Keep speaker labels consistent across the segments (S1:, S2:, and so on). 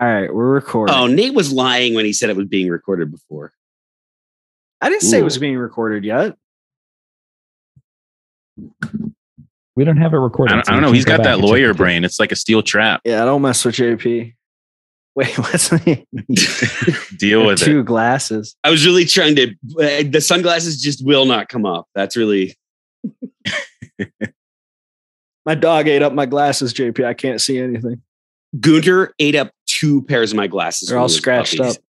S1: All right, we're recording.
S2: Oh, Nate was lying when he said it was being recorded before.
S1: I didn't say
S2: Ooh.
S1: it was being recorded yet.
S3: We don't have it recorded.
S4: I don't, I don't know. He's got that lawyer brain. It's like a steel trap.
S1: Yeah, I don't mess with JP. Wait, what's the name?
S4: Deal with
S1: Two
S4: it.
S1: glasses.
S2: I was really trying to. uh, The sunglasses just will not come up. That's really.
S1: My dog ate up my glasses, JP. I can't see anything.
S2: Gunter ate up two pairs of my glasses.
S1: They're
S2: when
S1: all
S2: he was
S1: scratched
S2: puppies.
S1: up.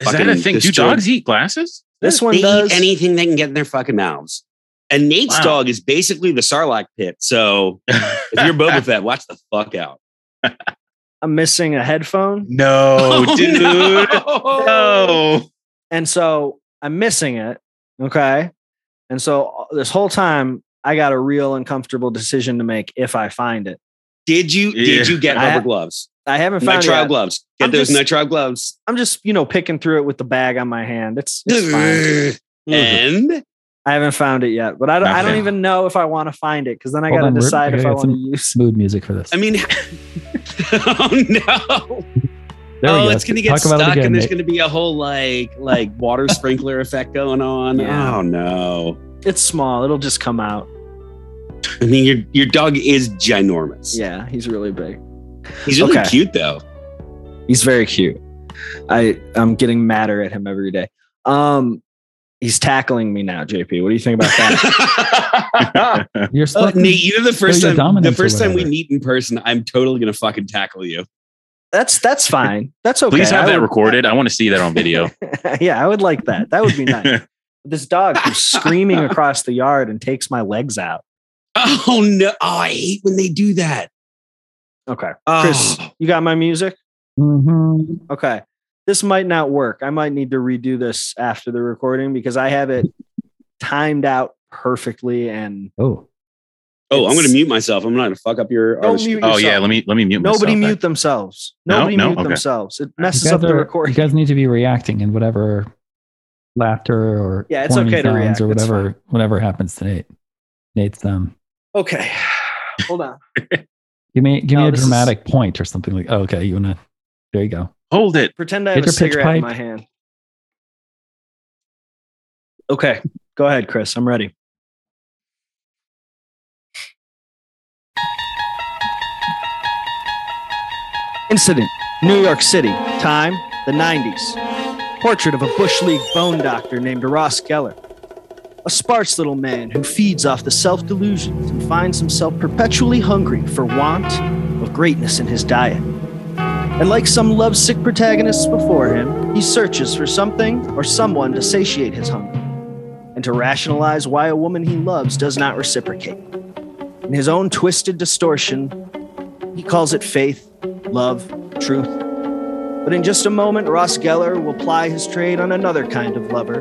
S4: Is that a
S2: Fucking
S4: thing?
S2: destroyed.
S4: Do dogs eat glasses?
S1: This one
S2: they
S1: does.
S2: eat anything they can get in their fucking mouths. And Nate's
S4: Wow.
S2: dog is basically the Sarlacc pit. So if you're Boba Fett, watch the fuck out.
S1: I'm missing a headphone,
S4: no, Oh,
S2: Oh,
S4: dude. No.
S1: and so I'm missing it. Okay, and so uh, this whole time I got a real uncomfortable decision to make if I find it.
S2: Did you
S4: Yeah.
S2: did you get
S1: I-
S2: rubber gloves?
S1: I haven't found it.
S2: Nitrile
S1: yet.
S2: gloves. Get
S1: I'm
S2: those
S1: just-
S2: nitrile gloves.
S1: I'm just you know picking through it with the bag on my hand. It's, it's fine. Mm-hmm.
S2: And
S1: I haven't found it yet, but I don't, I don't
S4: Okay.
S1: even know if I want to find it because then I
S3: Hold
S1: got to
S3: on, we're-
S1: decide
S3: I
S1: if I
S3: got
S1: want to
S3: some-
S1: use.
S3: Mood music for this.
S2: I mean, oh no.
S3: There we
S2: oh,
S3: go.
S2: it's gonna get
S3: Talk about it
S2: stuck,
S3: again,
S2: and there's
S3: Nate.
S2: gonna be a whole like like water sprinkler effect going on.
S1: Yeah.
S2: Oh no!
S1: It's small; it'll just come out.
S2: I mean, your your dog is ginormous.
S1: Yeah, he's really big.
S2: he's really
S1: Okay.
S2: cute though.
S1: He's very cute. I I'm getting madder at him every day. Um, he's tackling me now, JP. What do you think about that?
S3: You're
S2: Oh,
S3: stuck.
S2: Nate, you know the first
S3: show your
S2: time the
S3: dominance or
S2: first time we
S3: whatever.
S2: meet in person, I'm totally gonna fucking tackle you.
S1: that's that's fine. That's okay.
S4: Please have
S1: I
S4: that
S1: would-
S4: recorded. I want to see that on video.
S1: yeah, I would like that. That would be nice. This dog keeps screaming across the yard and takes my legs out.
S2: Oh no! Oh, I hate when they do that.
S1: Okay,
S2: Oh.
S1: Chris, you got my music.
S3: Mhm.
S1: Okay. This might not work. I might need to redo this after the recording because I have it timed out perfectly and
S3: Oh,
S2: Oh, I'm
S1: it's-
S2: gonna mute myself. I'm not gonna fuck up your.
S1: Don't
S2: artistry.
S1: mute
S4: oh yeah,
S1: yourself.
S4: let me let me mute.
S1: nobody
S4: myself.
S1: mute themselves.
S4: No?
S1: Nobody
S4: No?
S1: mute
S4: Okay.
S1: themselves. It
S3: you
S1: messes
S3: guys
S1: up the
S3: are-
S1: recording.
S3: You guys need to be reacting in whatever laughter or
S1: Yeah, it's
S3: corny
S1: okay to
S3: sounds
S1: react.
S3: or
S1: It's
S3: whatever whatever happens to Nate. Nate's um.
S1: okay. Hold on.
S3: Give me give
S1: No,
S3: me a
S1: this
S3: dramatic point or something like. Oh, okay, you wanna. There you go.
S4: Hold it.
S1: Pretend I
S3: Get
S1: have a
S3: your pitch
S1: cigarette in
S3: pipe.
S1: my hand. Okay. Go ahead, Chris. I'm ready. Incident, New York City. Time, the 90s. Portrait of a Bush League bone doctor named Ross Geller. A sparse little man who feeds off the self delusions and finds himself perpetually hungry for want of greatness in his diet. And like some lovesick protagonists before him, he searches for something or someone to satiate his hunger and to rationalize why a woman he loves does not reciprocate. In his own twisted distortion, he calls it faith, love, truth. But in just a moment, Ross Geller will ply his trade on another kind of lover,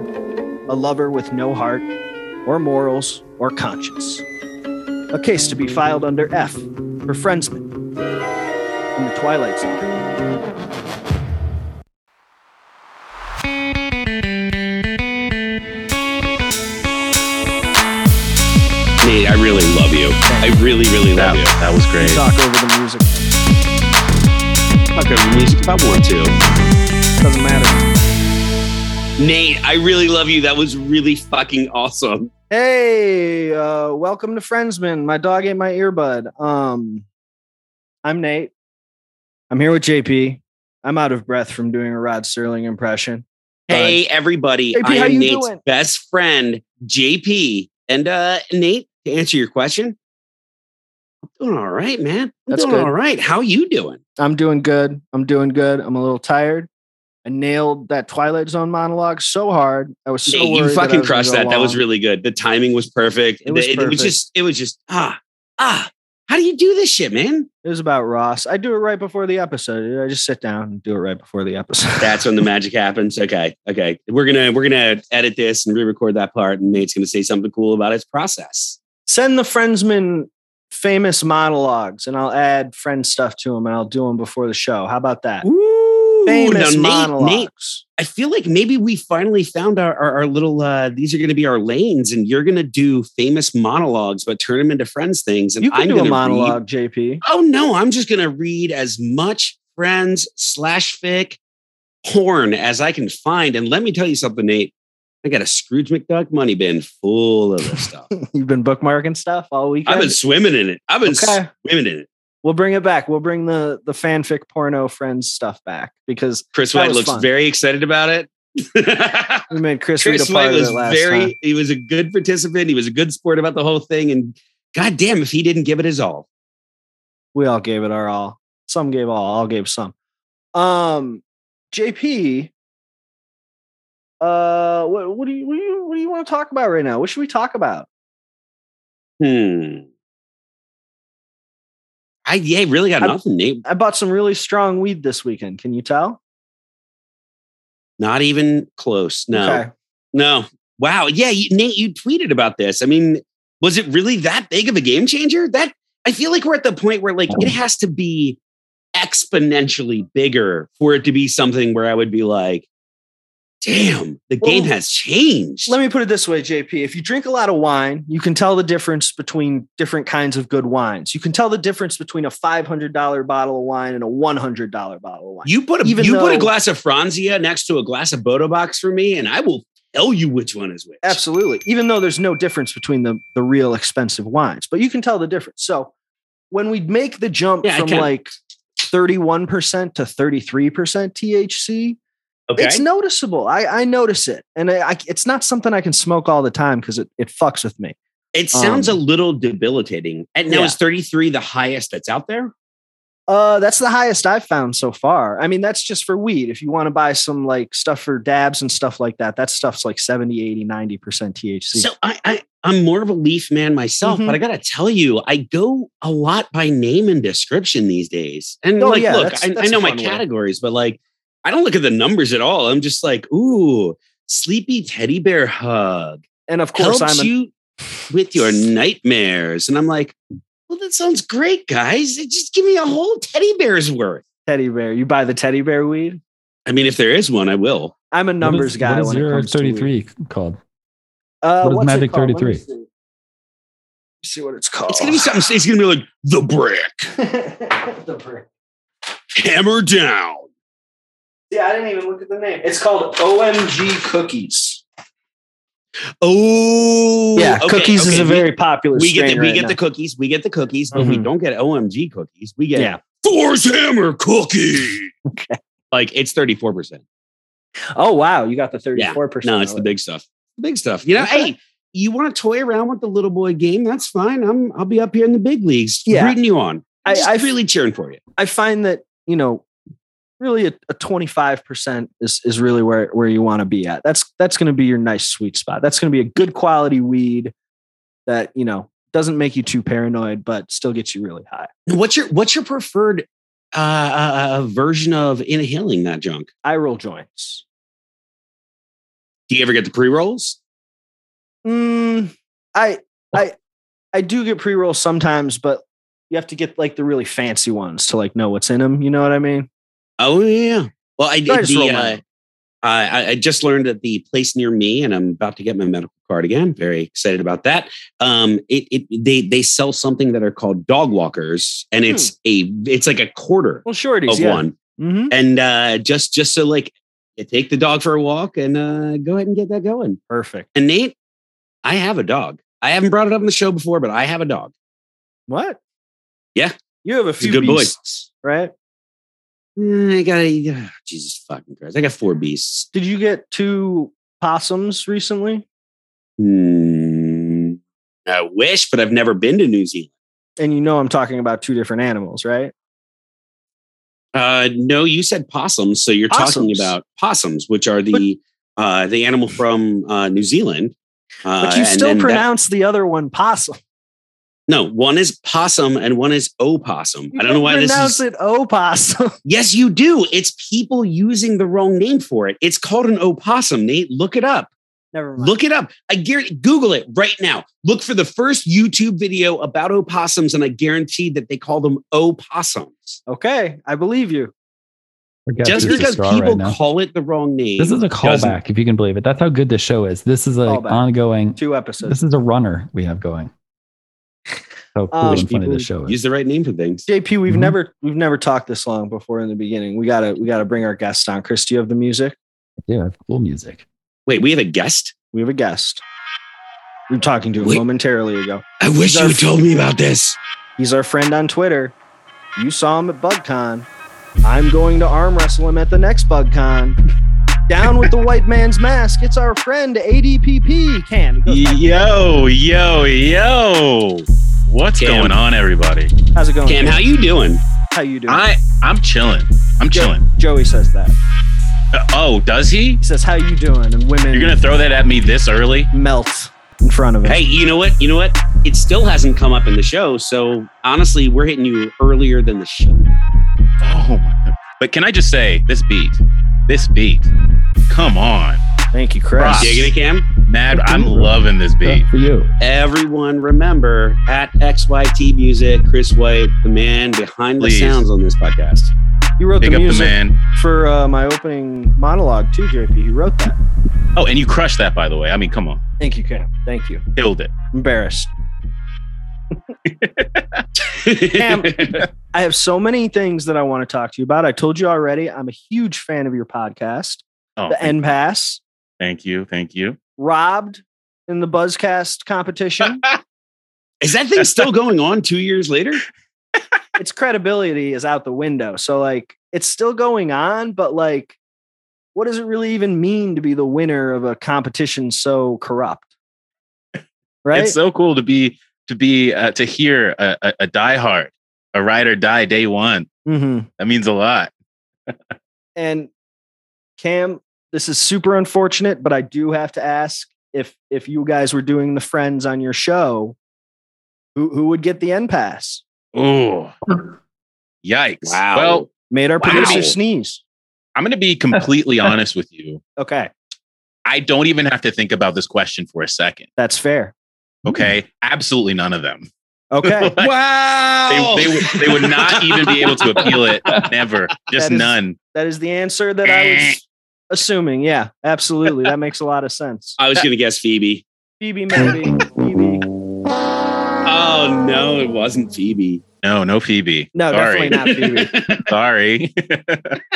S1: a lover with no heart, or morals, or conscience. A case to be filed under F for Friendsman in the Twilight Zone.
S2: Nate, I really love you. I really, really
S4: That
S2: love you.
S4: that was great.
S1: talk over the music.
S2: Fuck up your music if I want to.
S1: Doesn't matter.
S2: Nate, I really love you. That was really fucking awesome.
S1: Hey, uh, welcome to Friendsman. My dog ate my earbud. Um, I'm Nate. I'm here with JP. I'm out of breath from doing a Rod Sterling impression.
S2: Hey, everybody.
S1: JP,
S2: I
S1: how
S2: am
S1: you
S2: Nate's
S1: doing?
S2: best friend, JP. And uh, Nate, to answer your question, I'm doing all right, man. I'm
S1: That's
S2: doing
S1: good.
S2: all right. How you doing?
S1: I'm doing good. I'm doing good. I'm a little tired. I nailed that Twilight Zone monologue so hard. I was so
S2: Nate,
S1: worried
S2: you
S1: that I
S2: fucking
S1: was gonna
S2: crushed
S1: go
S2: that. That was
S1: long.
S2: really good. The timing was perfect.
S1: It was
S2: The-
S1: perfect.
S2: just, it was just, ah, ah. How do you do this shit, man?
S1: It was about Ross. I do it right before the episode. I just sit down and do it right before the episode.
S2: That's when the magic happens. Okay, okay. We're gonna we're gonna edit this and re-record that part, and Nate's gonna say something cool about his process.
S1: send the friendsman famous monologues and I'll add friend stuff to them and I'll do them before the show. How about that?
S2: Ooh,
S1: famous
S2: now, Nate,
S1: monologues.
S2: Nate, I feel like maybe we finally found our, our, our little, uh, these are going to be our lanes and you're going to do famous monologues, but turn them into friends things. And
S1: you can
S2: I'm
S1: do a
S2: gonna
S1: monologue, JP.
S2: Read, oh no, I'm just going to read as much friends slash fic porn as I can find. And let me tell you something, Nate. I got a Scrooge McDuck money bin full of this stuff.
S1: You've been bookmarking stuff all weekend.
S2: I've been swimming in it. I've been
S1: Okay.
S2: swimming in it.
S1: We'll bring it back. We'll bring the the fanfic porno friends stuff back because
S2: Chris
S1: That
S2: White
S1: was
S2: looks
S1: fun.
S2: very excited about it.
S1: we made Chris, read
S2: Chris
S1: a part
S2: White
S1: of
S2: was
S1: it last
S2: very,
S1: time.
S2: he was a good participant. He was a good sport about the whole thing. And goddamn, if he didn't give it his all.
S1: We all gave it our all. Some gave all. All gave some. Um, JP. Uh, what, what do you what do you what do you want to talk about right now? What should we talk about?
S2: Hmm. I yeah, really got
S1: I'm-
S2: nothing, Nate.
S1: I bought some really strong weed this weekend. Can you tell?
S2: Not even close. No,
S1: Okay.
S2: no. Wow. Yeah, you, Nate, you tweeted about this. I mean, was it really that big of a game changer? That I feel like we're at the point where like it has to be exponentially bigger for it to be something where I would be like, damn, the
S1: Well,
S2: game has changed.
S1: Let me put it this way, JP. If you drink a lot of wine, you can tell the difference between different kinds of good wines. You can tell the difference between a $500 bottle of wine and a $100 bottle of wine.
S2: you put a
S1: even
S2: you put a
S1: though-
S2: glass of Franzia next to a glass of Bodo box for me, and I will tell you which one is which.
S1: Absolutely. Even though there's no difference between the, the real expensive wines, but you can tell the difference. So when we make the jump
S2: Yeah, I
S1: from
S2: can.
S1: like 31% to 33% THC,
S2: Okay.
S1: it's noticeable. I, I notice it. And I, I, it's not something I can smoke all the time because it, it fucks with me.
S2: It sounds
S1: Um,
S2: a little debilitating. And now
S1: yeah.
S2: is 33 the highest that's out there?
S1: Uh, that's the highest I've found so far. I mean, that's just for weed. If you want to buy some like stuff for dabs and stuff like that, that stuff's like 70, 80, 90% THC.
S2: So I, I I'm more of a leaf man myself,
S1: Mhm.
S2: but I gotta tell you, I go a lot by name and description these days. And
S1: Oh,
S2: like,
S1: yeah,
S2: look,
S1: that's-
S2: I, I
S1: that's a
S2: know my
S1: fun way.
S2: categories, but like, I don't look at the numbers at all. I'm just like, ooh, sleepy teddy bear hug
S1: and of course,
S2: helps
S1: I'm a,
S2: you with your nightmares, and I'm like, well, that sounds great, guys. Just give me a whole teddy bear's worth.
S1: teddy bear. You buy the teddy bear weed?
S2: I mean, if there is one, I will.
S1: I'm a numbers
S3: what is,
S1: guy.
S3: What is
S1: when it
S3: your
S1: comes to weed.
S3: 33 called?
S1: Uh,
S3: What is
S1: what's
S3: Magic
S1: it called? Let me
S3: 33?
S1: See. Let me see what it's called.
S2: It's gonna be something. It's gonna be like the brick
S1: the brick.
S2: hammer down.
S1: Yeah, I didn't even look at the name. It's called OMG Cookies.
S2: Oh,
S1: Yeah,
S2: okay,
S1: cookies is
S2: okay.
S1: a very popular.
S2: We, we get the,
S1: strain
S2: we
S1: right
S2: get
S1: now.
S2: the cookies. We get the cookies, but we
S1: Mhm.
S2: don't get OMG cookies. We get
S1: yeah.
S2: Thor's hammer cookie. Like it's thirty four percent.
S1: Oh wow, you got the thirty-four percent.
S2: No, it's the big stuff. The big stuff. You know,
S1: Okay.
S2: hey, you want to toy around with the little boy game? That's fine. I'm I'll be up here in the big leagues,
S1: Yeah.
S2: rooting you on.
S1: I-
S2: I'm just
S1: I-
S2: really cheering for you.
S1: I find that you know, really a a twenty five percent is is really where where you want to be at. That's that's going to be your nice sweet spot. That's going to be a good quality weed that you know doesn't make you too paranoid, but still gets you really high.
S2: What's your what's your preferred uh, uh, uh, version of inhaling that junk?
S1: I roll joints.
S2: Do you ever get the pre rolls?
S1: Mm, I I I do get pre rolls sometimes, but you have to get like the really fancy ones to like know what's in them. You know what I mean?
S2: Oh yeah. Well, I
S1: I
S2: did
S1: just
S2: the.
S1: roll my
S2: Uh, I, I- I just learned at the place near me, and I'm about to get my medical card again. Very excited about that. Um, it, it they they sell something that are called dog walkers, and it's a it's like a quarter
S1: Hmm. Well, shorties.
S2: of
S1: yeah.
S2: one,
S1: Mm-hmm.
S2: and uh, just just so like you take the dog for a walk and uh, go ahead and get that going.
S1: Perfect.
S2: And Nate, I have a dog. I haven't brought it up on the show before, but I have a dog.
S1: What?
S2: Yeah.
S1: You have a
S2: He's a
S1: few
S2: good boy.
S1: beasts, right?
S2: Mm, I got uh, Jesus fucking Christ. I got four beasts.
S1: Did you get two possums recently?
S2: Hmm. I wish, but I've never been to New Zealand.
S1: And you know I'm talking about two different animals, right?
S2: Uh, no, you said possums, so you're talking
S1: Possums.
S2: about possums, which are the uh, the animal from uh, New Zealand. Uh,
S1: But you
S2: and
S1: still
S2: then that-
S1: pronounce the other one possum.
S2: no one is possum and one is opossum.
S1: You
S2: I don't know why this
S1: pronounce
S2: is.
S1: it opossum.
S2: Yes, you do. It's people using the wrong name for it. It's called an opossum. Nate, look it up.
S1: Never mind.
S2: Look it up. I guarantee. Google it right now. Look for the first YouTube video about opossums, and I guarantee that they call them opossums.
S1: Okay, I believe you.
S3: Forget
S2: Just
S3: this is
S2: because
S3: raw right
S2: people
S3: now.
S2: call it the wrong name.
S3: This is a
S2: doesn't-
S3: callback, if you can believe it. That's how good this show is. This is like
S1: Callback.
S3: ongoing.
S1: Two episodes.
S3: This is a runner we have going. How cool
S1: Um,
S3: and funny
S1: people-
S3: this show is.
S2: Use the right name for things.
S1: JP,
S2: Mm-hmm.
S1: we've
S3: Mhm.
S1: never we've never talked this long before in the beginning. We gotta we gotta bring our guest on. Chris, do you have the music?
S3: Yeah, cool music.
S2: Wait, we have a guest?
S1: We have a guest. We were talking to him
S2: Wait.
S1: momentarily ago.
S2: I wish
S1: you had
S2: told me about this.
S1: He's our friend on Twitter. You saw him at BugCon. I'm going to arm wrestle him at the next BugCon. Down with the white man's mask. It's our friend ADPP. Can He goes,
S4: Yo, yo, yo. What's
S2: Cam.
S4: going on, everybody?
S1: how's it going?
S2: Cam, how you doing?
S1: How you doing?
S4: I I'm chilling. I'm
S1: Jo-
S4: chilling.
S1: Joey says that.
S4: Uh, oh, does he?
S1: He says, "How you doing?" And women
S4: You're gonna throw that at me this early?
S1: melt in front of him.
S2: Hey, you know what? You know what? It still hasn't come up in the show. So honestly, we're hitting you earlier than the show.
S4: Oh my god. But can I just say this beat? This beat. Come on.
S1: Thank you,
S4: Props.
S1: Chris.
S2: Digging it, Cam?
S4: Mad I'm
S3: Mhm.
S4: loving this beat.
S3: Good for you.
S2: Everyone remember at XYT Music, Chris White, the man behind
S4: Please.
S2: the sounds on this podcast.
S1: You wrote
S4: Big
S1: the
S4: up the
S1: music
S4: man.
S1: for uh, my opening monologue too, JP. You wrote that.
S4: Oh, and you crushed that by the way. I mean, come on.
S1: Thank you, Cam. Thank you.
S4: Killed it.
S1: Embarrassed. Cam, I have so many things that I want to talk to you about. I told you already. I'm a huge fan of your podcast,
S4: Oh,
S1: The End Pass.
S4: thank you. Thank you.
S1: Robbed in the Buzzcast competition.
S2: Is that thing still going on two years later?
S1: its credibility is out the window. So like, it's still going on, but like, what does it really even mean to be the winner of a competition so corrupt? Right.
S4: It's so cool to be to be uh, to hear a, a, a diehard, a ride or die day one.
S1: mm-hmm.
S4: That means a lot.
S1: And Cam, this is super unfortunate, but I do have to ask if if you guys were doing the friends on your show, who who would get the end pass?
S4: Oh, yikes!
S2: Wow.
S4: Well,
S1: Made our
S2: Wow.
S1: producer sneeze.
S4: I'm going to be completely honest with you.
S1: Okay,
S4: I don't even have to think about this question for a second.
S1: that's fair. Hmm.
S4: Okay, absolutely none of them.
S1: Okay,
S4: Like,
S2: Wow.
S4: they, they would they would not even be able to appeal it. Never. Just
S1: That is-
S4: none.
S1: that is the answer that I
S4: Eh.
S1: was assuming. Yeah, absolutely. That makes a lot of sense.
S4: Uh,
S2: I was going to guess Phoebe.
S1: Phoebe, maybe. Phoebe.
S2: Oh, no, it wasn't Phoebe.
S4: No, no Phoebe.
S1: No, definitely
S4: Sorry.
S1: not Phoebe.
S4: Sorry.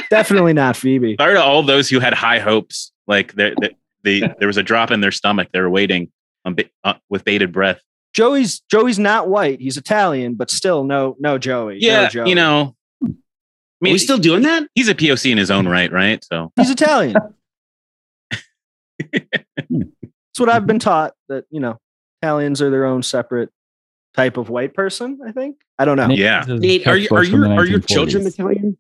S1: definitely not Phoebe.
S4: Sorry to all those who had high hopes. Like there, there- the, there was a drop in their stomach. They were waiting on, ba- uh, with bated breath.
S1: Joey's Joey's not white. He's Italian, but still, no, no Joey. No
S4: Yeah,
S1: Joey.
S4: you know. I
S2: Are
S4: mean,
S2: we still doing that?
S4: he's a POC in his own right, right? So
S1: He's Italian. That's what I've been taught that, you know, Italians are their own separate type of white person, I think. I don't know.
S3: Nate,
S4: yeah.
S3: this is
S2: Nate, are, you, are,
S3: textbooks from
S2: your,
S3: the
S2: are your children
S3: 1940s.
S2: Italian?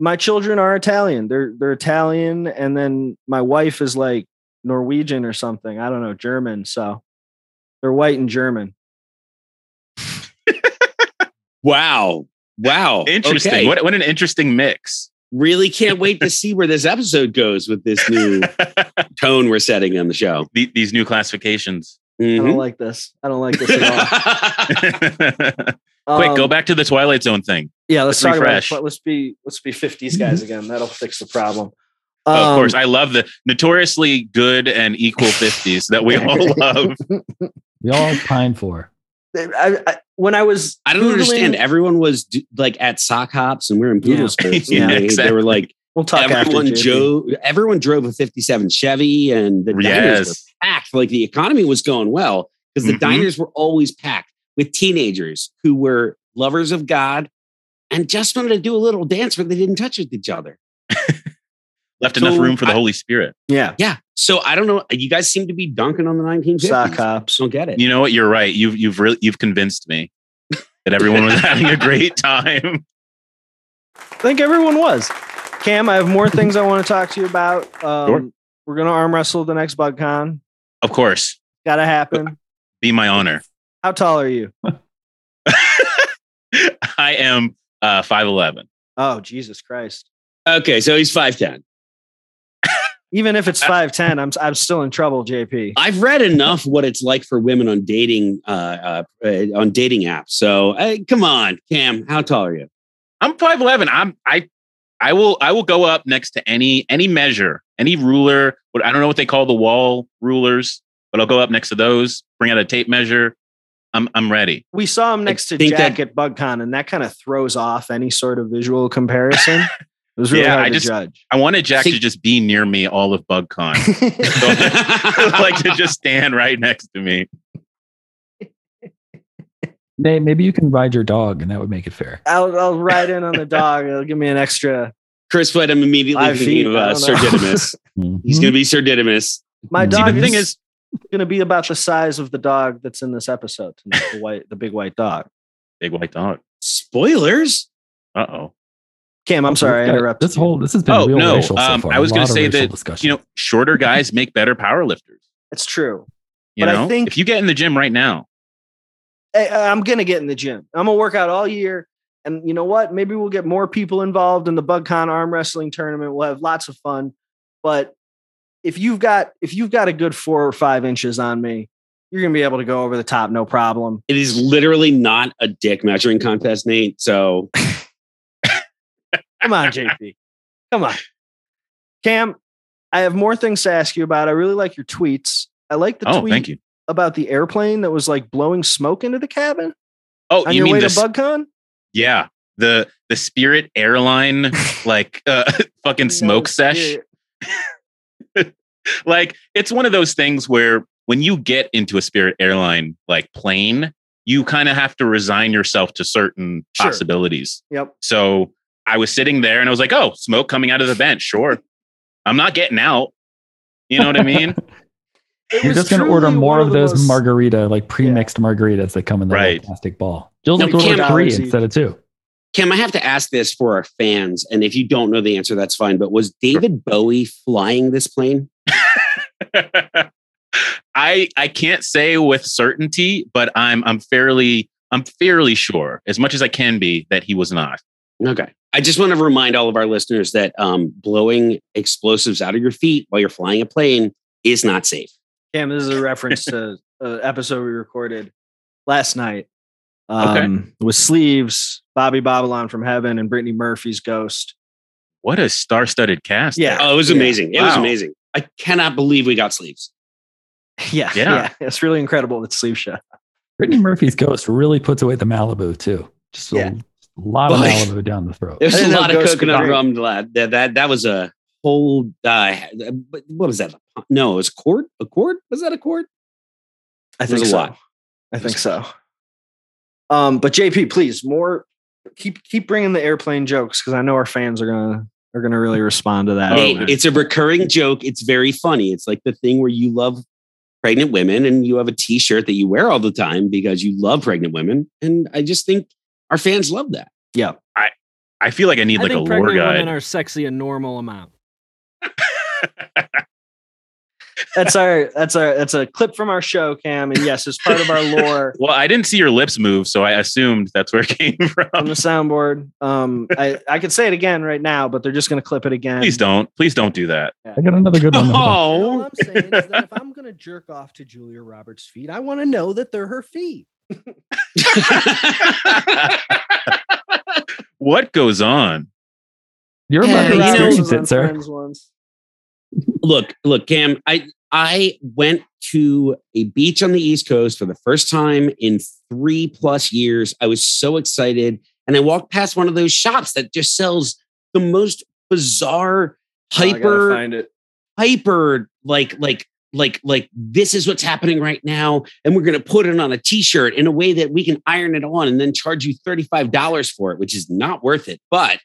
S1: My children are Italian. They're they're Italian and then my wife is like Norwegian or something. I don't know, German, so they're white and German.
S2: Wow. Wow.
S4: interesting.
S2: Okay.
S4: What, what an interesting mix.
S2: Really can't wait to see where this episode goes with this new tone we're setting on the show.
S4: The- these new
S1: I
S4: classifications.
S1: don't
S4: Mm-hmm.
S2: Mhm.
S1: like this. I don't
S2: Oh,
S1: like this at
S4: Quick,
S1: all.
S4: go
S1: Um,
S4: back to the Twilight Zone thing.
S1: Yeah, let's,
S4: let's
S1: talk
S4: refresh.
S1: about it. let's be let's be 50s guys again. That'll fix the problem.
S4: of
S1: Um,
S4: course, I love the notoriously good and equal 50s that we all love.
S3: We all pine for.
S1: Um, I, I, when I was
S2: I don't
S1: Googling-
S2: understand. Everyone was d- like at sock hops and wearing poodle
S1: Yeah.
S2: skirts.
S4: Yeah,
S2: And they, they
S4: exactly.
S2: were like,
S1: We'll talk
S2: everyone,
S1: after JP.
S2: drove, everyone drove a 57 Chevy and the diners were
S4: yes.
S2: packed. Like the economy was going well because the
S1: Mm-hmm.
S4: Mhm.
S2: diners were always packed with teenagers who were lovers of God and just wanted to do a little dance where they didn't touch with each other.
S4: Left
S2: So
S4: enough room for the
S2: I-
S4: Holy Spirit.
S1: Yeah.
S2: Yeah. So I don't know. You guys seem to be dunking on the 1950s.
S1: Sock hops.
S2: Don't get it.
S4: You know what? You're right. You've you've really you've convinced me that everyone was having a great time.
S1: I think everyone was. Cam, I have more things I want to talk to you about. Um,
S4: Sure.
S1: We're going to arm wrestle the next BugCon.
S4: Of course,
S1: Got to happen.
S4: be my honor.
S1: How tall are you?
S4: I am uh 5'11.
S1: Oh, Jesus Christ.
S2: Okay. So he's 5'10.
S1: Even if it's 5'10, I'm, I'm still in trouble, JP.
S2: I've read enough what it's like for women on dating uh, uh, uh, on dating apps. So uh, come on, Cam, how tall are you?
S4: I'm 5'11. I'm I I will I will go up next to any any measure, any ruler. What I don't know what they call the wall rulers, but I'll go up next to those, bring out a tape measure, I'm I'm ready.
S1: We saw him next to
S2: think
S1: Jack
S2: that-
S1: at BugCon, and that kind of throws off any sort of visual comparison. It was really
S4: Yeah,
S1: hard
S4: I
S1: to
S4: just-
S1: judge.
S4: I wanted Jack
S2: See-
S4: to just be near me all of BugCon. like to just stand right next to me.
S3: May- Maybe you can ride your dog, and that would make it fair.
S1: I'll, I'll ride in on the dog. It'll give me an extra.
S2: Chris, but I'm immediately
S1: Five
S2: thinking
S1: feet,
S2: of
S1: I
S2: uh,
S1: don't
S2: Sir
S1: know.
S2: Didymus. He's
S3: Mhm.
S2: going to be Sir Didymus.
S1: My
S3: See,
S1: dog
S4: See, the thing
S1: is
S4: is,
S1: going to be about the size of the dog that's in this episode tonight, the white, the big white dog.
S4: big white dog.
S2: Spoilers.
S4: Uh oh.
S1: Cam, I'm sorry, I
S3: This guy-
S1: interrupted.
S3: This whole this has been
S4: Oh,
S3: real
S4: no,
S3: racial so
S4: um,
S3: far.
S4: I was
S3: A
S4: gonna
S3: lot of
S4: say
S3: racial
S4: that,
S3: discussion.
S4: You know, shorter guys make better power lifters.
S1: It's true.
S4: You
S1: But I
S4: know,
S1: think-
S4: if you get in the gym right now,
S1: Hey, I- I'm going to get in the gym. I'm going to work out all year. And you know what? Maybe we'll get more people involved in the BugCon arm wrestling tournament. We'll have lots of fun. But if you've got if you've got a good four or five inches on me, you're going to be able to go over the top, no problem.
S2: It is literally not a dick measuring contest, Nate. So
S1: Come on, JP. Come on. Cam, I have more things to ask you about. I really like your tweets. I like the
S4: oh,
S1: tweet
S4: thank you.
S1: about the airplane that was like blowing smoke into the cabin
S4: Oh,
S1: on
S4: you
S1: your
S4: mean
S1: way
S4: the
S1: to BugCon.
S4: yeah the the Spirit Airline like uh, fucking smoke
S1: No,
S4: sesh.
S1: yeah.
S4: like it's one of those things where when you get into a spirit airline like plane you kind of have to resign yourself to certain
S1: Sure.
S4: possibilities
S1: Yep.
S4: so i was sitting there and i was like oh smoke coming out of the vent sure i'm not getting out you know what i mean
S1: It
S3: You're
S1: was
S3: just going to
S1: truly
S3: order more
S1: one
S3: of
S1: the
S3: those
S1: most-
S3: margarita, like pre-mixed margaritas that come in the little
S4: Right.
S3: plastic ball. Jill's
S2: No,
S3: like order
S2: Cam-
S3: three
S1: $10
S3: instead of two.
S2: Kim, I have to ask this for our fans. And if you don't know the answer, that's fine. But was David Bowie flying this plane?
S4: i i can't say with certainty but i'm i'm fairly i'm fairly sure as much as i can be that he was not
S2: Okay. I just want to remind all of our listeners that um, blowing explosives out of your feet while you're flying a plane is not safe.
S1: Cam, this is a reference to an episode we recorded last night
S4: Okay.
S1: um, with Sleeves, Bobby Babylon from Heaven, and Brittany Murphy's Ghost.
S4: what a star-studded cast
S1: Yeah.
S2: Oh, it was
S1: Yeah.
S2: amazing. It was
S4: Wow.
S2: amazing. I cannot believe we got sleeves.
S1: Yeah,
S4: Yeah.
S1: It's really incredible that Sleeves shot.
S3: Brittany Murphy's ghost really puts away the Malibu too. Just a
S1: Yeah.
S3: lot of
S2: Boy.
S3: Malibu down the throat.
S2: There was
S1: I
S2: a
S1: didn't know
S2: lot of
S1: ghosts could
S2: coconut
S1: drink.
S2: rum. That, that- that that was a whole. Uh, but what was that? No, it was cord. A cord? Was that a cord?
S1: I
S2: It was
S1: think
S2: a
S1: so.
S2: lot.
S1: I think so. Um, but JP, please, more keep keep bringing the airplane jokes because I know our fans are gonna are gonna really respond to that.
S4: Oh,
S2: Nate,
S4: man.
S2: it's a recurring joke. It's very funny. It's like the thing where you love pregnant women and you have a T-shirt that you wear all the time because you love pregnant women. And I just think our fans love that.
S4: i feel like i need like a lore guide
S1: are sexy a normal amount. that's our that's our that's a clip from our show, Cam, and yes, it's part of our lore
S4: Well, I didn't see your lips move, so I assumed that's where it came
S1: on
S4: from.
S1: the soundboard. Um, I I could say it again right now, but they're just gonna clip it again.
S4: Please don't. Please don't do that.
S3: I got another good one. though.
S1: All
S2: Oh,
S1: I'm saying is that if I'm gonna jerk off to Julia Roberts' feet, I want to know that they're her feet.
S4: What goes on?
S3: You're
S2: Yeah,
S3: about to
S2: you know- um,
S3: experience it, sir.
S2: look, look, Cam. I I went to a beach on the East Coast for the first time in three plus years. I was so excited, and I walked past one of those shops that just sells the most bizarre, hyper,
S1: it.
S2: hyper, like, like, like, like. This is what's happening right now, and we're going to put it on a T-shirt in a way that we can iron it on, and then charge you thirty five dollars for it, which is not worth it, but.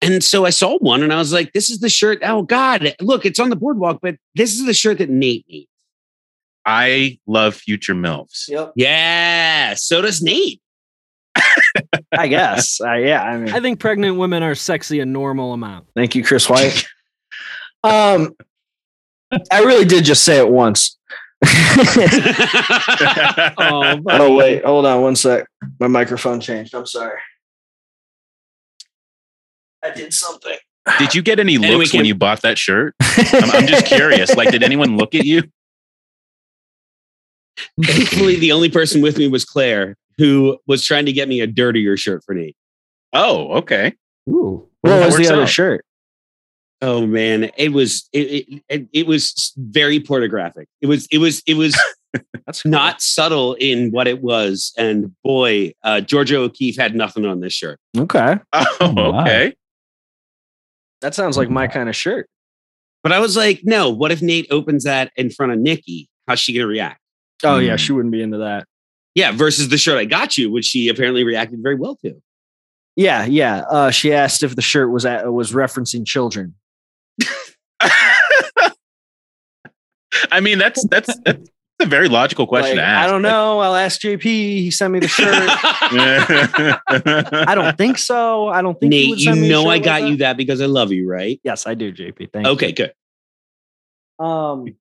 S2: And so I saw one and I was like, this is the shirt. Oh God, look, it's on the boardwalk, but this is the shirt that Nate needs.
S4: I love future milfs.
S1: Yep.
S2: Yeah. So does Nate.
S1: I guess. Uh, yeah. I mean,
S5: I think pregnant women are sexy a normal amount.
S1: Thank you, Chris White. um, I really did just say it once.
S2: oh,
S1: oh wait, hold on one sec. My microphone changed. I'm sorry. I did something.
S4: Did you get any looks
S2: Anyway,
S4: when
S2: Kim-
S4: you bought that shirt? I'm, I'm just curious. Like, did anyone look at you?
S2: thankfully, the only person with me was Claire, who was trying to get me a dirtier shirt for Nate.
S4: Oh, okay.
S3: Ooh,
S1: What
S4: That
S1: was the
S4: works
S1: other
S4: out.
S1: shirt?
S2: Oh man, it was it, it, it, it was very pornographic. It was it was it was
S1: That's cool.
S2: not subtle in what it was. And boy, uh, Georgia O'Keefe had nothing on this shirt.
S1: okay.
S4: Oh,
S3: Wow.
S4: okay.
S1: That sounds like my kind of shirt.
S2: But I was like, no, what if Nate opens that in front of Nikki? How's she going to react?
S1: Oh yeah,
S4: Mm.
S1: she wouldn't be into that.
S2: Yeah, versus the shirt I got you, which she apparently reacted very well to.
S1: Yeah, yeah. Uh, she asked if the shirt was at, was referencing children.
S4: I mean, that's that's that's a very logical question
S1: Like,
S4: to ask.
S1: I don't know. I'll ask JP. He sent me the shirt. I don't think so. I don't think he
S2: Nate,
S1: would
S2: you
S1: send me a
S2: know
S1: shirt
S2: I
S1: like
S2: got you that because I love you, right?
S1: Yes, I do, JP. Thank
S2: Okay, good.
S1: you. Um,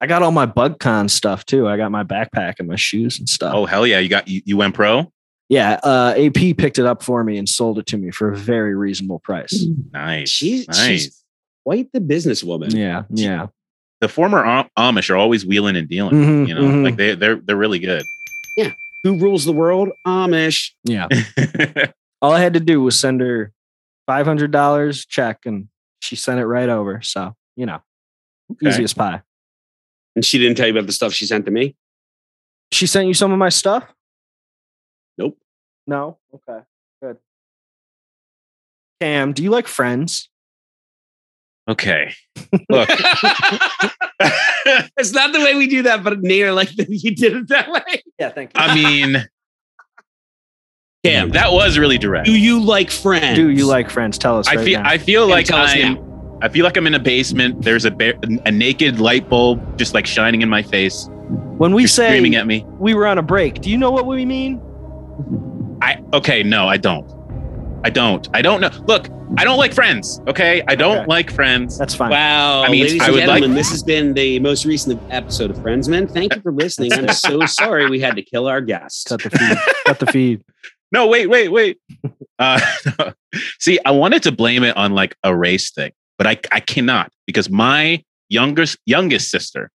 S1: I got all my BugCon stuff too. I got my backpack and my shoes and stuff.
S4: Oh hell yeah! You got you, you went pro.
S1: Yeah, uh, AP picked it up for me and sold it to me for a very reasonable price.
S4: Nice,
S2: She's, she's
S4: nice.
S2: quite the businesswoman.
S1: Yeah, yeah.
S4: The former Am- Amish are always wheeling and dealing.
S1: Mhm,
S4: you know,
S1: mhm.
S4: like they they're they're really good.
S2: Who rules the world? Amish.
S1: Yeah. All I had to do was send her five hundred dollars check, and she sent it right over. So you know, easy as pie.
S2: And she didn't tell you about the stuff she sent to me.
S1: She sent you some of my stuff.
S2: Nope.
S1: No. Okay. Good. Cam, do you like Friends?
S4: okay, look,
S2: it's not the way we do that, but Nate, I like that you did it that way.
S1: Yeah, thank
S4: I mean,
S2: Cam,
S4: that was really direct.
S2: do you like friends?
S1: Do you like Friends? Tell us.
S4: I
S1: right
S4: feel
S1: now.
S4: I feel
S2: Cam,
S4: like
S2: tell us
S4: I'm
S2: now.
S4: I feel like I'm in a basement. There's a ba- a naked light bulb just like shining in my face,
S1: when we say
S4: screaming at me.
S1: we were on a break, do you know what we mean?
S4: I okay, no, I don't. I don't. I don't know. Look, I don't like friends. Okay, I don't
S1: Okay.
S4: like friends.
S1: That's fine.
S2: Wow.
S4: I mean,
S2: ladies
S4: I
S2: and
S4: would
S2: gentlemen, this has been the most recent episode of Friends Men. Thank you for listening. I'm so sorry we had to kill our guest.
S1: Cut the feed. Cut the feed.
S4: No, wait, wait, wait. Uh, see, I wanted to blame it on like a race thing, but I I cannot because my youngest youngest sister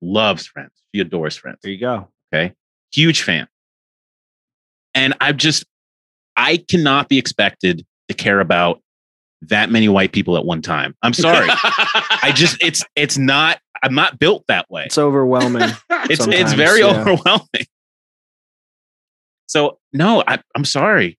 S4: loves Friends. She adores Friends.
S1: There you go.
S4: Huge fan. And I'm just I cannot be expected to care about that many white people at one time. I'm sorry. I just it's it's not I'm not built that way.
S1: It's overwhelming.
S4: It's it's
S1: sometimes,
S4: very
S1: yeah.
S4: overwhelming. So no, I, I'm sorry.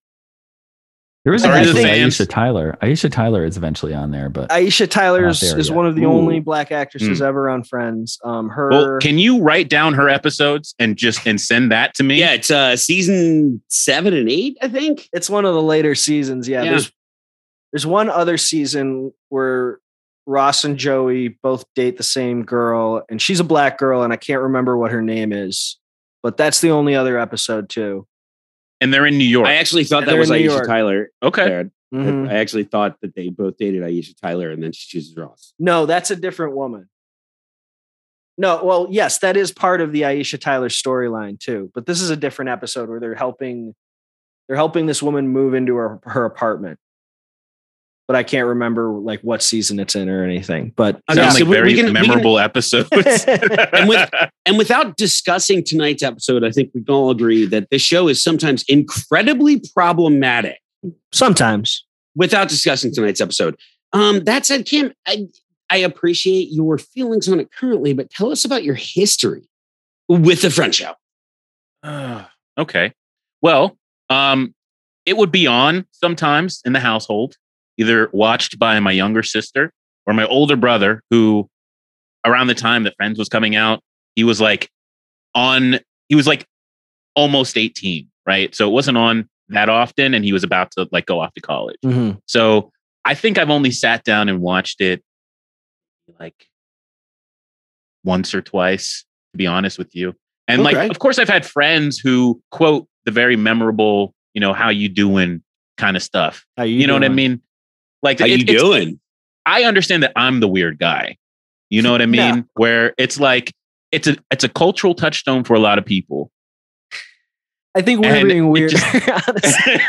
S3: There is
S4: Sorry to
S3: eventually
S4: the fans.
S3: Aisha Tyler. Aisha Tyler is eventually on there, but
S1: Aisha Tyler
S3: Not
S1: is,
S3: there
S1: is
S3: yet.
S1: one of the
S2: Ooh.
S1: only black actresses ever on Friends. Um, her
S4: Hmm. Well, can you write down her episodes and just and send that to me?
S2: yeah, it's uh, season seven and eight, I think.
S1: it's one of the later seasons. Yeah,
S2: Yeah.
S1: there's there's one other season where Ross and Joey both date the same girl, and she's a black girl, and I can't remember what her name is, but that's the only other episode too.
S4: And they're in New York.
S2: I actually thought that
S1: They're
S2: was
S1: in New
S2: Aisha
S1: York.
S2: Tyler.
S4: okay.
S2: there.
S1: Mhm.
S2: I actually thought that they both dated Aisha Tyler and then she chooses Ross.
S1: No, that's a different woman. No, well, yes, that is part of the Aisha Tyler storyline too, but this is a different episode where they're helping they're helping this woman move into her, her apartment. But I can't remember like what season it's in or anything. But
S2: Okay,
S4: Sound
S2: so
S4: like
S2: we-
S4: very
S2: we can- we can-
S4: memorable episodes.
S2: And with- And without discussing tonight's episode, I think we can all agree that this show is sometimes incredibly problematic
S1: sometimes.
S2: without discussing tonight's episode. Um, that said, Kim, I, I appreciate your feelings on it currently, but tell us about your history with the French show.
S4: Ah, okay. Well, um, it would be on sometimes in the household, either watched by my younger sister or my older brother, who around the time that Friends was coming out, he was like on, he was like almost 18, right? So it wasn't on that often. And he was about to like go off to college. So I think I've only sat down and watched it like once or twice, to be honest with you. And
S2: Okay.
S4: like, of course, I've had friends who quote the very memorable, you know, how you doing kind of stuff.
S1: How
S4: You, know what I
S1: doing?
S4: mean? Like,
S2: How
S4: it-
S2: you
S4: it's-
S2: doing?
S4: I understand that I'm the weird guy. You know what I
S1: No.
S4: mean? Where it's like, it's a it's a cultural touchstone for a lot of people.
S1: I think we're
S4: And
S1: being
S4: it
S1: weird.
S4: just-
S1: honestly.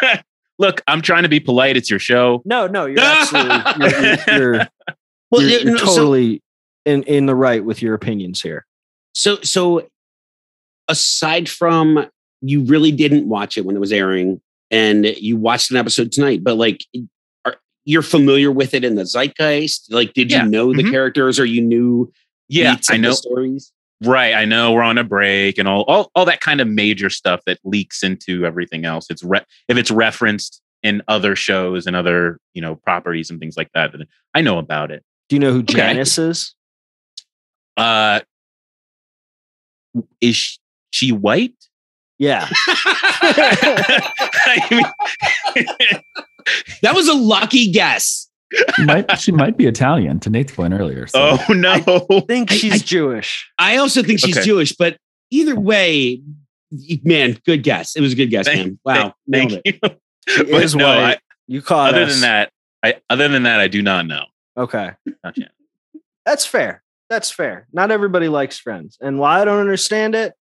S4: Look, I'm trying to be polite. It's your show.
S1: no, no, you're absolutely you're, you're, you're,
S2: Well,
S1: you're-
S2: no,
S1: you're totally in, in the right with your opinions here.
S2: so, so, so aside from you really didn't watch it when it was airing and you watched an episode tonight, but like, are, you're familiar with it in the zeitgeist? Like, did
S4: Yeah.
S2: you know the
S4: Mhm.
S2: characters or you knew
S4: Yeah,
S2: beats
S4: I
S2: of the
S4: know.
S2: stories?
S4: Right. I know we're on a break and all, all, all that kind of major stuff that leaks into everything else. It's re- if it's referenced in other shows and other, you know, properties and things like that. Then I know about it.
S1: Do you know who Janice is?
S4: Uh, is sh- she white?
S1: Yeah.
S4: I mean,
S2: that was a lucky guess.
S3: She might, she might be Italian to Nate's point earlier. So.
S4: oh no.
S1: I think
S2: I-
S1: she's
S2: I-
S1: Jewish.
S2: I also think she's
S4: Okay.
S2: Jewish, but either way, man, good guess. It was a good guess,
S4: Thank-
S2: man. Wow, nailed
S4: Thank
S2: it.
S4: you.
S1: She
S4: But
S1: is
S4: no,
S1: white.
S4: I-
S1: you caught
S4: other
S1: us.
S4: than that, I other than that, I do not know.
S1: Okay.
S4: Not yet.
S1: That's fair. That's fair. Not everybody likes friends. And while I don't understand it,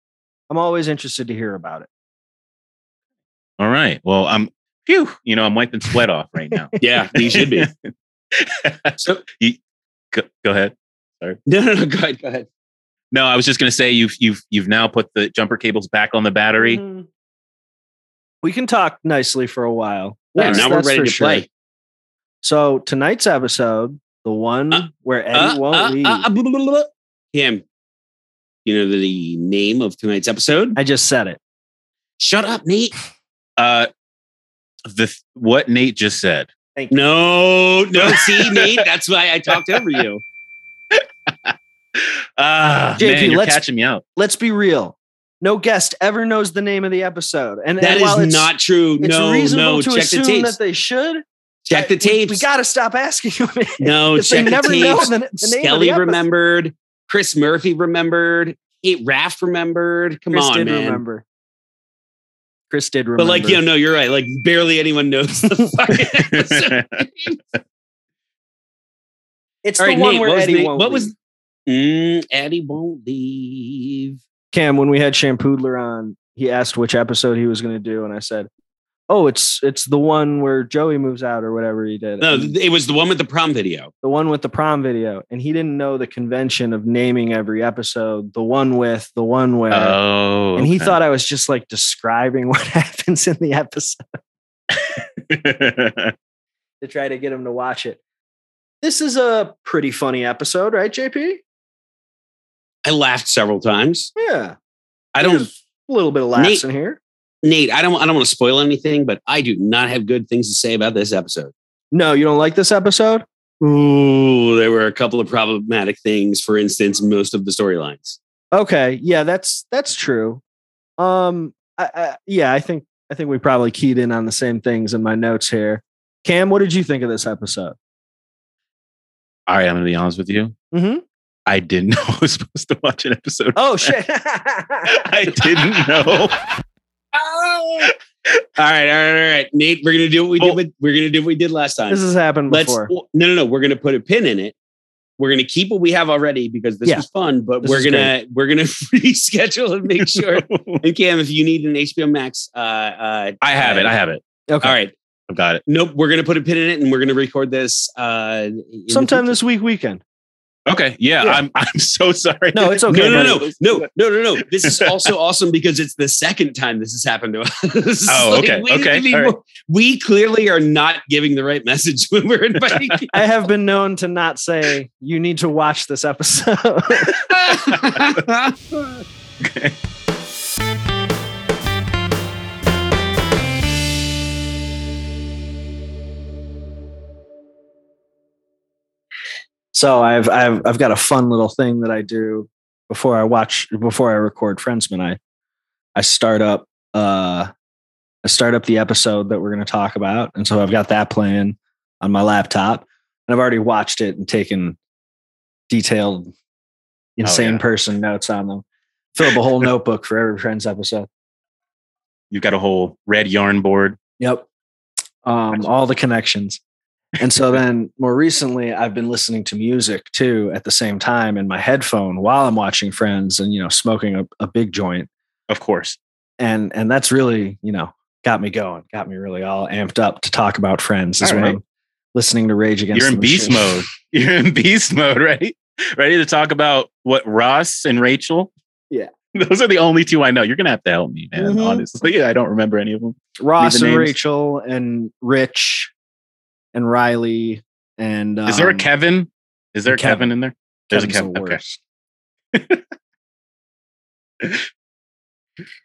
S1: I'm always interested to hear about it.
S4: All right. Well, I'm phew, you know, I'm wiping sweat off right now.
S2: Yeah, you should be.
S4: so you, go, go ahead.
S2: No, no, no. Go ahead. Go ahead.
S4: No, I was just gonna say you've you've you've now put the jumper cables back on the battery.
S1: Mhm. We can talk nicely for a while.
S2: Yeah,
S1: That's-
S2: now we're
S1: that's
S2: ready
S1: for
S2: to
S1: sure.
S2: play.
S1: So tonight's episode, the one
S2: Uh,
S1: where Eddie
S2: Uh,
S1: won't
S2: uh,
S1: leave.
S2: uh, blah, blah, blah, blah. Him. You know the name of tonight's episode?
S1: I just said it.
S2: Shut up, Nate.
S4: Uh the th- what Nate just said.
S2: No, no. See, Nate, that's why I talked over you.
S4: Ah,
S1: JP,
S4: man, you're
S1: let's-
S4: catching me out.
S1: Let's be real. No guest ever knows the name of the episode. And,
S2: That
S1: and while
S2: is
S1: it's,
S2: not true.
S1: it's
S2: no,
S1: reasonable
S2: no.
S1: to
S2: Check the
S1: assume
S2: tapes.
S1: that they should.
S2: check the
S1: but we-
S2: tapes.
S1: We, got to stop asking them. if
S2: no,
S1: they
S2: check the
S1: never know
S2: tapes.
S1: the, the name
S2: Skelly
S1: of the episode.
S2: remembered. Chris Murphy remembered. Kate Raff remembered. Come
S1: Chris
S2: on,
S1: did
S2: man.
S1: remember. Chris did remember.
S2: But like, you know, no, you're right. Like, barely anyone knows the fucking episode.
S1: it's
S2: All
S1: the
S2: right,
S1: one
S2: Nate,
S1: where
S2: what was
S1: Eddie
S2: the-
S1: won't
S2: what was-
S1: leave.
S2: Mm, Eddie won't leave.
S1: Cam when we had Shampoodler on. He asked which episode he was going to do, and I said, "Oh, it's it's the one where Joey moves out or whatever he did.
S2: No,
S1: And
S2: th- it was the one with the prom video.
S1: the one with the prom video." And he didn't know the convention of naming every episode. The one with the one where.
S4: Oh
S1: and he
S4: okay.
S1: thought I was just like describing what happens in the episode. to try to get him to watch it. This is a pretty funny episode, right, JP?
S2: I laughed several times.
S1: Yeah.
S2: I don't,
S1: There's a little bit of laughs
S2: Nate-
S1: in here.
S2: Nate. I don't. I don't want to spoil anything, but I do not have good things to say about this episode.
S1: No, you don't like this episode?
S2: Ooh, there were a couple of problematic things. For instance, most of the storylines.
S1: Okay. Yeah, that's that's true. Um I, I yeah, I think I think we probably keyed in on the same things in my notes here. Cam, what did you think of this episode?
S4: All right, I'm gonna be honest with you.
S2: Mm-hmm.
S1: Mhm.
S4: I didn't know I was supposed to watch an episode.
S1: Oh shit.
S4: I didn't know.
S2: All right, all right, all right, Nate. We're gonna do what we
S4: Oh.
S2: did. With, we're gonna do what we did last time.
S1: this has happened
S2: Let's.
S1: before.
S2: No, no, no. We're gonna put a pin in it. We're gonna keep what we have already because this
S1: Yeah.
S2: was fun. But
S1: This
S2: we're
S1: is
S2: gonna we're gonna reschedule and make sure. and Cam, if you need an HBO Max, uh, uh,
S4: I have it. I have it.
S1: okay.
S2: all right.
S4: I've got it.
S2: Nope. We're gonna put a pin in it, and we're gonna record this. Uh, in the
S1: Sometime
S2: future.
S1: this week weekend.
S4: Okay. Yeah.
S1: Yeah.
S4: I'm I'm so sorry.
S1: No, it's okay.
S2: No, no,
S1: buddy.
S2: no, no, no, no, no, no. This is also awesome because it's the second time this has happened to us.
S4: Oh, okay,
S2: we need to
S4: okay,
S2: be
S4: all right.
S2: more- We clearly are not giving the right message when we're inviting. people.
S1: I have been known to not say you need to watch this episode. So I've I've I've got a fun little thing that I do before I watch before I record Friendsman. I I start up uh I start up the episode that we're going to talk about, and so I've got that playing on my laptop, and I've already watched it and taken detailed, insane
S4: yeah.
S1: person notes on them. Fill up a whole notebook for every Friends episode.
S4: You've got a whole red yarn board.
S1: Yep. Um, all the connections. And so then more recently, I've been listening to music too at the same time in my headphone while I'm watching Friends and, you know, smoking a, a big joint.
S4: Of course.
S1: And and that's really, you know, got me going, got me really all amped up to talk about Friends is
S4: All
S1: when
S4: right.
S1: I'm listening to Rage Against
S4: You're
S1: the
S4: in beast
S1: Machine.
S4: mode. You're in beast mode, right? Ready to talk about what Ross and Rachel?
S1: Yeah.
S4: Those are the only two I know. You're gonna have to help me, man.
S1: Mhm.
S4: Honestly, I don't remember any of them.
S1: Ross
S4: the
S1: and
S4: names.
S1: Rachel and Rich and Riley and
S4: Is there a
S1: um,
S4: Kevin? Is there a
S1: Kevin.
S4: Kevin in there? There's
S1: Kevin's
S4: a Kevin.
S1: the
S4: okay.
S1: worst.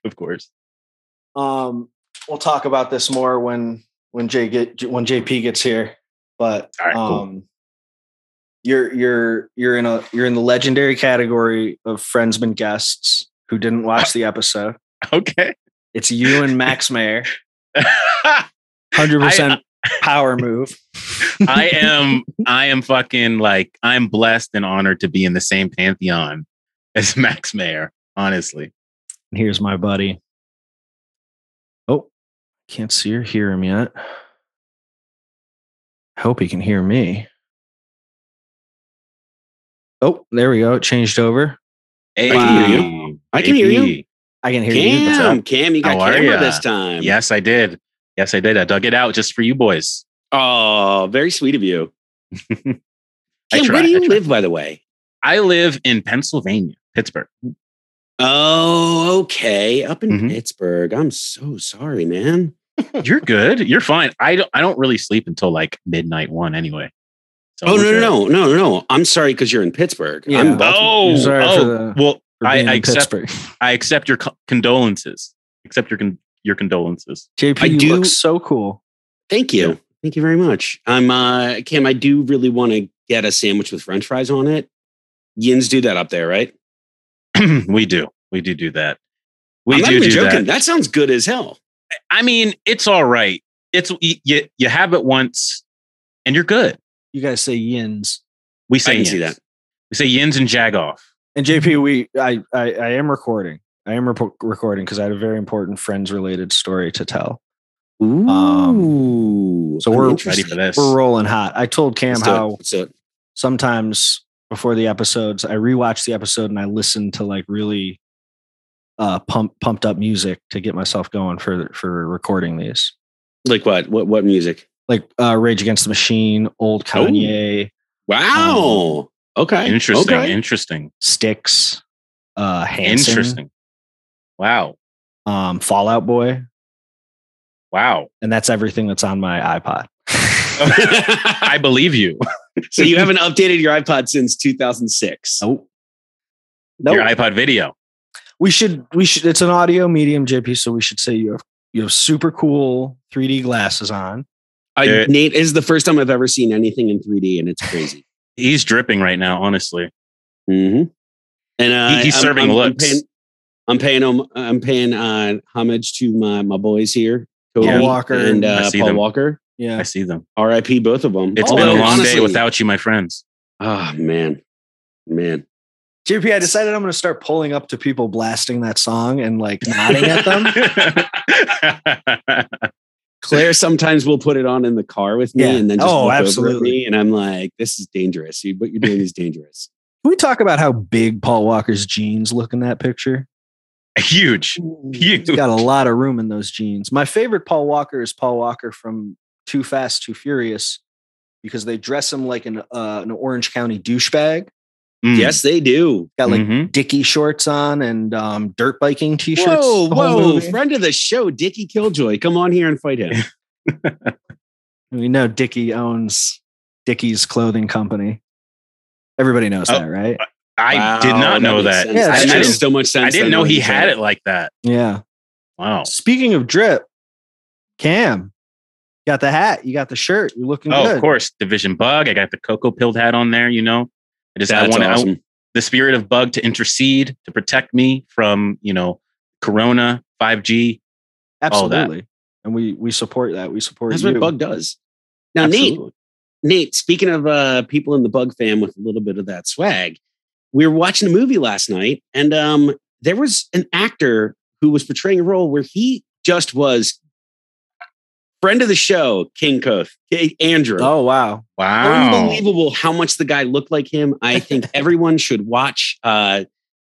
S4: of course.
S1: Um, we'll talk about this more when when Jay get when JP gets here. But
S2: All right, cool.
S1: um, you're you're you're in a you're in the legendary category of friendsman guests who didn't watch the episode.
S4: Okay.
S1: It's you and Max Mayer, hundred percent power move.
S4: I am I am fucking like I'm blessed and honored to be in the same pantheon as Max Mayer, honestly.
S1: Here's my buddy. Oh, can't see or hear him yet. I hope he can hear me. Oh, there we go. It changed over.
S2: Hey,
S1: Wow.
S2: I can hear you.
S1: I can hear you. What's up?
S2: Cam, Cam, you got
S4: How are
S2: camera
S4: ya?
S2: this time.
S4: Yes, I did. Yes, I did. I dug it out just for you boys.
S2: Oh, very sweet of you. Cam,
S4: try,
S2: where do
S4: I
S2: you
S4: try.
S2: live, by the way?
S4: I live in Pennsylvania, Pittsburgh.
S2: Oh, okay. Up in
S4: Mhm.
S2: Pittsburgh. I'm so sorry, man.
S4: You're good. You're fine. I don't I don't really sleep until like midnight one anyway. So
S2: Oh,
S4: we're
S2: no,
S4: good.
S2: no, no, no, no. I'm sorry because you're in Pittsburgh.
S1: Yeah.
S2: I'm
S4: Oh,
S1: You're sorry
S4: oh,
S1: for the-
S4: well,
S1: for
S4: I,
S1: being
S4: I
S1: in
S4: accept
S1: Pittsburgh.
S4: I accept your co- condolences. Accept your con- your condolences.
S1: JP
S2: I
S1: you
S2: do-
S1: look so cool.
S2: Thank you. Thank you very much. I'm uh Cam, I do really want to get a sandwich with french fries on it. Yins do that up there, right?
S4: we do. We do do that. We
S2: I'm
S4: do
S2: not even
S4: do
S2: joking.
S4: that.
S2: That. sounds good as hell.
S4: I mean, it's all right. It's you, you have it once and you're good.
S1: You guys say yins.
S4: We say
S2: I can see
S4: yins.
S2: that.
S4: We say yins and jagoff.
S1: And
S2: Mm-hmm.
S1: JP, we I I, I am recording. I am repo recording because I had a very important friends related story to tell.
S2: Ooh.
S1: so
S2: I'm
S1: we're-
S4: Um, Ready
S2: interested.
S4: for this?
S1: We're rolling hot. I told Cam
S2: Let's do it.
S1: how
S2: Let's do it.
S1: sometimes before the episodes, I rewatch the episode and I listen to like really uh pump pumped up music to get myself going for for recording these.
S2: Like what? What what music?
S1: Like uh Rage Against the Machine, old Kanye,
S2: Um, Wow. okay.
S4: Interesting.
S2: Okay.
S4: Interesting.
S1: Sticks, uh Hanson,
S4: Interesting. Wow.
S1: um Fallout Boy,
S4: Wow.
S1: and that's everything that's on my iPod.
S4: I believe you.
S2: so you haven't updated your iPod since 2006.
S1: Nope.
S4: Your
S1: Nope.
S4: iPod video.
S1: we should we should it's an audio medium, JP, so we should say you have you have super cool 3D glasses on.
S2: I,
S4: Yeah.
S2: Nate this is the first time I've ever seen anything in 3D, and it's crazy.
S4: He's dripping right now, honestly.
S2: Mm-hmm. And uh,
S4: He- he's serving looks.
S2: paying, I'm paying. hom- I'm paying uh, homage to my my boys here, Cody
S1: Paul Walker.
S2: and
S4: I
S2: uh,
S4: see
S2: Paul
S4: them.
S2: Walker.
S1: Yeah.
S4: I see them.
S2: R.I.P. Both of them.
S4: It's
S1: Oh,
S4: been a
S1: well,
S4: long
S1: honestly-
S4: day without you, my friends.
S2: Oh man, man.
S1: JP, I decided I'm gonna start pulling up to people blasting that song and like nodding at them.
S2: Claire sometimes will put it on in the car with me,
S1: Yeah.
S2: and then just
S1: Oh,
S2: look over at
S1: absolutely.
S2: me, and I'm like, "This is dangerous. You- What you're doing is dangerous."
S1: Can we talk about how big Paul Walker's jeans look in that picture?
S4: Huge. Huge.
S1: He's got a lot of room in those jeans. My favorite Paul Walker is Paul Walker from Too Fast, Too Furious, because they dress him like an uh, an Orange County douchebag.
S4: Mm.
S2: yes, they do.
S1: Got like
S4: Mhm.
S1: Dickie shorts on and um, dirt biking t-shirts. Oh,
S2: Whoa,
S1: the whole
S2: whoa,
S1: movie.
S2: friend of the show, Dickie Killjoy, come on here and fight him.
S1: We know Dickie owns Dickie's clothing company. Everybody knows
S4: Oh,
S1: that, right?
S4: I did
S2: Wow,
S4: not know
S2: makes
S4: that.
S2: sense.
S1: Yeah,
S2: That
S1: that's
S2: makes
S1: true.
S2: so much sense.
S4: I didn't
S2: then
S4: know
S2: when
S4: he
S2: you
S4: had
S2: said
S4: it like that.
S1: Yeah.
S2: Oh.
S4: Wow.
S1: Speaking of drip, Cam, you got the hat, you got the shirt, you're looking
S4: Oh,
S1: good.
S4: of course, Division Bug. I got the cocoa pilled hat on there. You know, I just I
S2: That's
S4: want
S2: awesome.
S4: the spirit of Bug to intercede to protect me from you know Corona, five G. all that.
S1: Absolutely. And we we support that. We support
S2: That's
S1: you.
S2: what Bug does. Now, Nate,
S4: Absolutely.
S2: Nate, speaking of uh, people in the Bug fam with a little bit of that swag, we were watching a movie last night, and um, there was an actor who was portraying a role where he just was friend of the show, King Koth, A- Andrew.
S1: Oh wow.
S4: Wow.
S2: Unbelievable how much the guy looked like him. I think everyone should watch uh,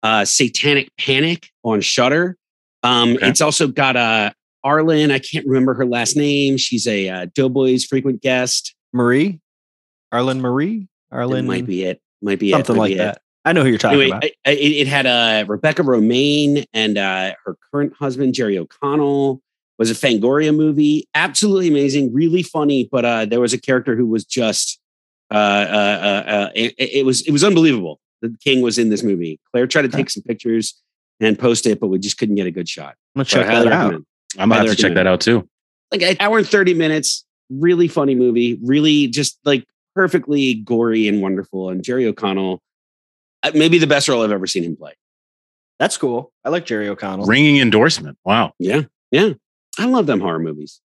S2: uh, Satanic Panic on Shutter. Um,
S4: Okay.
S2: It's also got uh, Arlen. I can't remember her last name. She's a uh, Doughboys frequent guest.
S1: Marie? Arlen Marie?
S2: That
S1: Arlen
S2: might be it. Might be it.
S1: something
S2: Might
S1: like
S2: be it.
S1: that. I know who you're talking
S2: Anyway,
S1: about.
S2: I, I, it it had uh, Rebecca Romaine and uh, her current husband Jerry O'Connell. Was a Fangoria movie, absolutely amazing, really funny. But uh, there was a character who was just uh, uh, uh, uh, it, it was it was unbelievable. The king was in this movie. Claire tried to take some pictures, and post it, but we just couldn't get a good shot.
S1: gonna
S2: But I
S1: check
S2: highly
S1: that out.
S2: recommend it.
S4: I'm gonna have to
S2: Other
S4: check
S2: than-
S4: that out too.
S2: Like an hour and 30 minutes, really funny movie, really just like perfectly gory and wonderful. And Jerry O'Connell, uh, maybe the best role I've ever seen him play.
S1: That's cool. I like Jerry O'Connell.
S4: Ringing endorsement. Wow,
S2: I love them horror movies.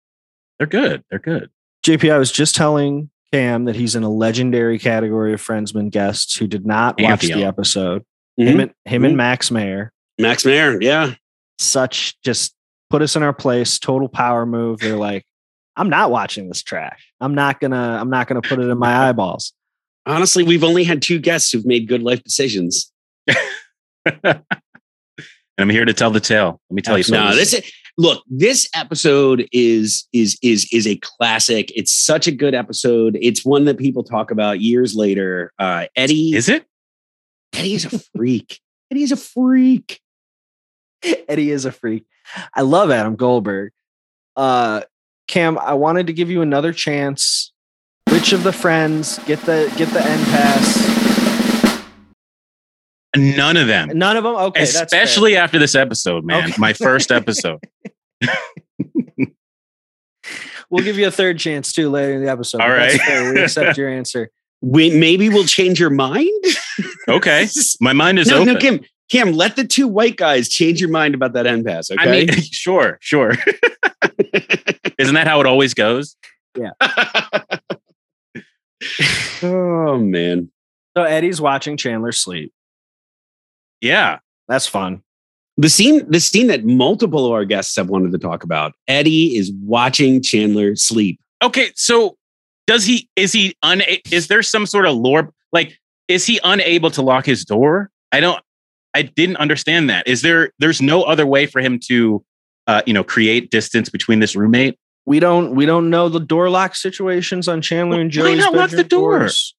S4: they're good. They're good.
S1: JP, I was just telling Cam that he's in a legendary category of Friendsman guests who did not watch
S4: Pantheon.
S1: the episode.
S2: Mhm.
S4: Mm-hmm.
S1: Him and him and
S2: Mhm.
S1: Max Mayer,
S2: Max Mayer, yeah.
S1: such just put us in our place. Total power move. They're like, I'm not watching this trash. I'm not gonna. I'm not gonna put it in my eyeballs.
S2: Honestly, we've only had two guests who've made good life decisions.
S4: And I'm here to tell the tale. Let me tell you
S2: No,
S4: something.
S2: this is, look, this episode is is is is a classic. It's such a good episode. It's one that people talk about years later. Uh Eddie
S4: is it.
S2: Eddie is a freak. Eddie is a freak.
S1: Eddie is a freak. I love Adam Goldberg. Uh, Cam, I wanted to give you another chance. Which of the friends get the get the end pass?
S4: None of them.
S1: None of them. Okay, that's fair.
S4: Especially after this episode, man.
S1: Okay.
S4: My first episode.
S1: We'll give you a third chance too later in the episode.
S4: All
S1: That's
S4: right.
S1: fair. We accept your answer.
S2: We, maybe we'll change your mind.
S4: Okay. My mind is
S2: no,
S4: open.
S2: no, Kim, Kim, let the two white guys change your mind about that end pass. Okay.
S4: I mean, sure, sure. Isn't that how it always goes?
S2: oh man.
S1: So Eddie's watching Chandler sleep.
S4: Yeah.
S1: That's fun.
S2: The scene, the scene that multiple of our guests have wanted to talk about. Eddie is watching Chandler sleep.
S4: Okay. So does he, is he, un, is there some sort of lore? Like, is he unable to lock his door? I don't, I didn't understand that. Is there, there's no other way for him to, uh, you know, create distance between this roommate?
S1: We don't we don't know the door lock situations on Chandler and
S4: Why
S1: Joey's.
S4: not lock the
S1: bedroom
S4: door?
S1: doors.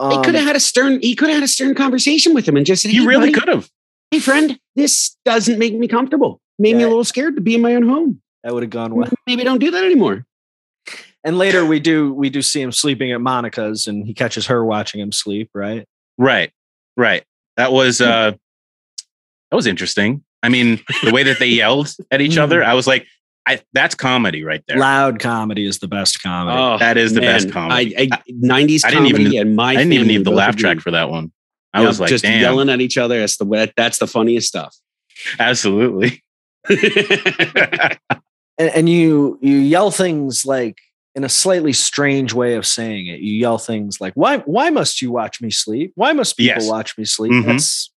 S2: He
S1: Um,
S2: could have had a stern. He could have had a stern conversation with him and just said,
S4: He
S2: "Hey,
S4: really
S2: buddy,
S4: could have.
S2: Hey, friend, this doesn't make me comfortable. Made me
S1: Yeah.
S2: a little scared to be in my own home.
S1: that would have gone well.
S2: Maybe don't do that anymore."
S1: And later we do we do see him sleeping at Monica's and he catches her watching him sleep, right?
S4: Right. Right. That was, uh, that was interesting. I mean, the way that they yelled at each other, I was like, I, that's comedy right there. Oh.
S1: Loud comedy is the best comedy.
S4: that is the
S2: Oh, man,
S4: best comedy.
S2: I, I, 90s
S4: I didn't even-
S2: comedy and my
S4: I didn't even
S2: family
S4: need the
S2: both
S4: laugh
S2: agree.
S4: track for that one. I
S2: Yeah,
S4: was like,
S2: just
S4: damn,
S2: yelling at each other. That's the way- that's the funniest stuff.
S4: absolutely.
S1: and, and you you yell things like in a slightly strange way of saying it. You yell things like "Why why must you watch me sleep? Why must people
S4: Yes.
S1: watch me sleep?"
S4: Mhm.
S1: That's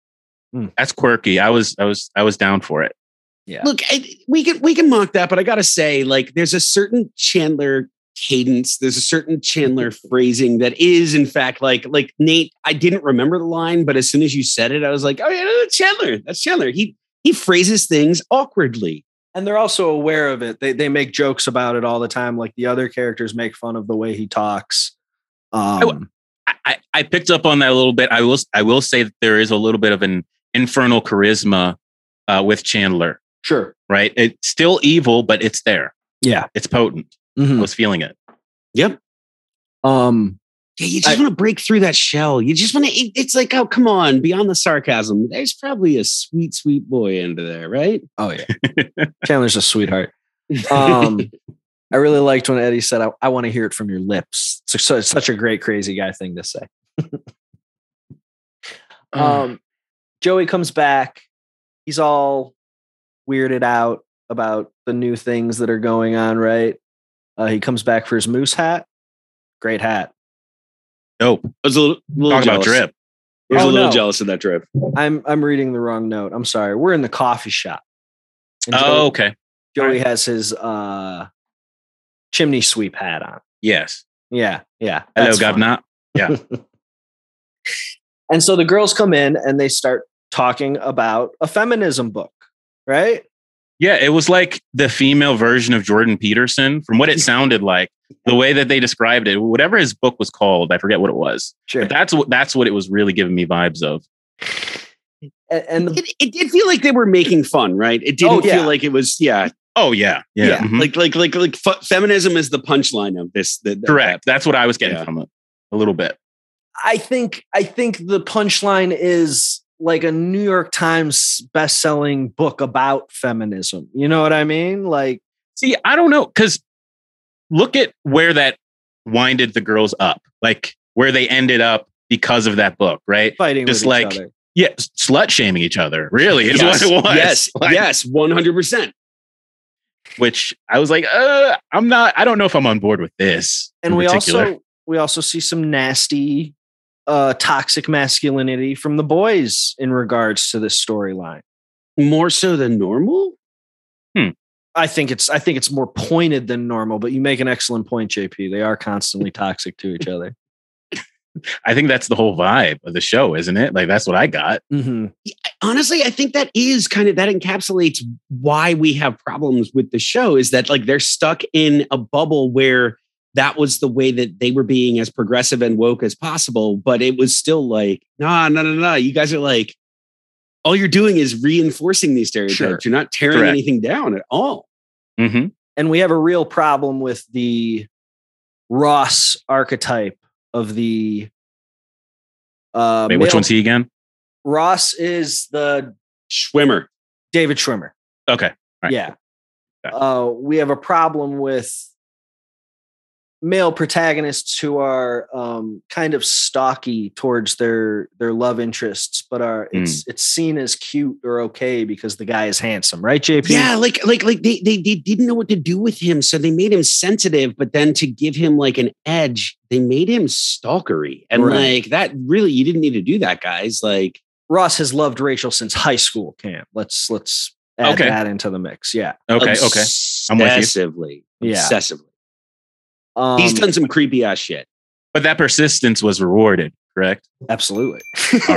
S4: That's quirky. I was, I was, I was down for it.
S2: Look, I, we can we can mock that, but I gotta say, like, there's a certain Chandler cadence. There's a certain Chandler phrasing that is, in fact, like like Nate. I didn't remember the line, but as soon as you said it, I was like, oh yeah, that's Chandler. That's Chandler. He he phrases things awkwardly.
S1: and they're also aware of it. They they make jokes about it all the time. Like the other characters make fun of the way he talks. Um,
S4: I, I, I picked up on that a little bit. I will, I will say that there is a little bit of an infernal charisma uh, with Chandler.
S1: sure.
S4: Right? It's still evil, but it's there.
S1: Yeah.
S4: It's potent. I
S1: Mhm.
S4: was feeling it.
S2: Yep.
S1: Um,
S2: Yeah, you just
S1: I-
S2: want to break through that shell. You just want to. It, it's like, oh, come on, beyond the sarcasm. There's probably a sweet, sweet boy under there, right?
S1: oh yeah. Chandler's a sweetheart. Um, I really liked when Eddie said, "I, I want to hear it from your lips." It's so- it's such a great crazy guy thing to say. Um, Joey comes back. He's all weirded out about the new things that are going on, right? Uh, he comes back for his moose hat. Great hat.
S4: Nope.
S2: I was a little, little
S4: Talk about
S2: jealous.
S4: drip.
S2: I was
S1: Oh,
S2: a little
S1: no.
S2: jealous of that drip.
S1: I'm I'm reading the wrong note. I'm sorry. We're in the coffee shop. And
S4: Oh, okay.
S1: Joey, Joey has his uh, chimney sweep hat on.
S4: Yes.
S1: Yeah, yeah.
S4: Hello,
S1: that's fun.
S4: Gavna.
S1: And so the girls come in and they start talking about a feminism book, right?
S4: Yeah, it was like the female version of Jordan Peterson from what it sounded like, the way that they described it, whatever his book was called, I forget what it was.
S1: Sure.
S4: But that's what that's what it was really giving me vibes of.
S1: And, and the,
S2: it, it did feel like they were making fun, right? It didn't
S1: Oh, yeah.
S2: feel like it was, yeah, Mm-hmm.
S4: Oh yeah. Yeah.
S1: Yeah,
S4: mhm.
S2: like like like like f- feminism is the punchline of this. The, the-
S4: correct. That's what I was getting
S2: Yeah.
S4: from it a little bit.
S1: I think I think the punchline is like a New York Times best-selling book about feminism. You know what I mean? Like
S4: See, I don't know because look at where that winded the girls up, like where they ended up because of that book, right?
S1: fighting
S4: Just
S1: with each
S4: like-
S1: other.
S4: Yeah, s- slut shaming each other. Really is
S2: yes,
S4: what it was.
S2: Yes,
S4: Like,
S2: yes, one hundred percent.
S4: Which I was like, uh, I'm not. I don't know if I'm on board with this. in
S1: And we
S4: particular.
S1: also we also see some nasty uh toxic masculinity from the boys in regards to this storyline.
S2: More so than normal.
S1: I think it's I think it's more pointed than normal, but you make an excellent point, JP. They are constantly toxic to each other.
S4: I think that's the whole vibe of the show, isn't it? Like that's what I got.
S1: Mm-hmm.
S2: honestly, I think that is kind of that encapsulates why we have problems with the show is that like they're stuck in a bubble where that was the way that they were being as progressive and woke as possible, but it was still like, nah, no, no, no. You guys are like, all you're doing is reinforcing these stereotypes.
S4: Sure.
S2: You're not tearing
S4: Correct.
S2: anything down at all.
S4: Mm-hmm.
S1: And we have a real problem with the Ross archetype of the uh
S4: Wait, which
S1: male-
S4: one's he again?
S1: Ross is the
S2: Schwimmer.
S1: David Schwimmer.
S4: Okay. Right.
S1: Yeah.
S4: Got it.
S1: Uh, we have a problem with male protagonists who are um, kind of stocky towards their their love interests, but are
S2: Hmm.
S1: it's it's seen as cute or okay because the guy is handsome, right, JP?
S2: Yeah, like like like they, they they didn't know what to do with him, so they made him sensitive, but then to give him like an edge, they made him stalkery. And
S1: Right.
S2: like that really you didn't need to do that, guys. Like
S1: Ross has loved Rachel since high school camp. Let's let's add
S4: Okay.
S1: that into the mix. Yeah,
S4: Okay. Okay. I'm with you.
S2: Obsessively.
S1: yeah.
S2: Obsessively.
S1: Um,
S2: He's done some creepy ass shit.
S4: But that persistence was rewarded, correct?
S1: absolutely.
S4: All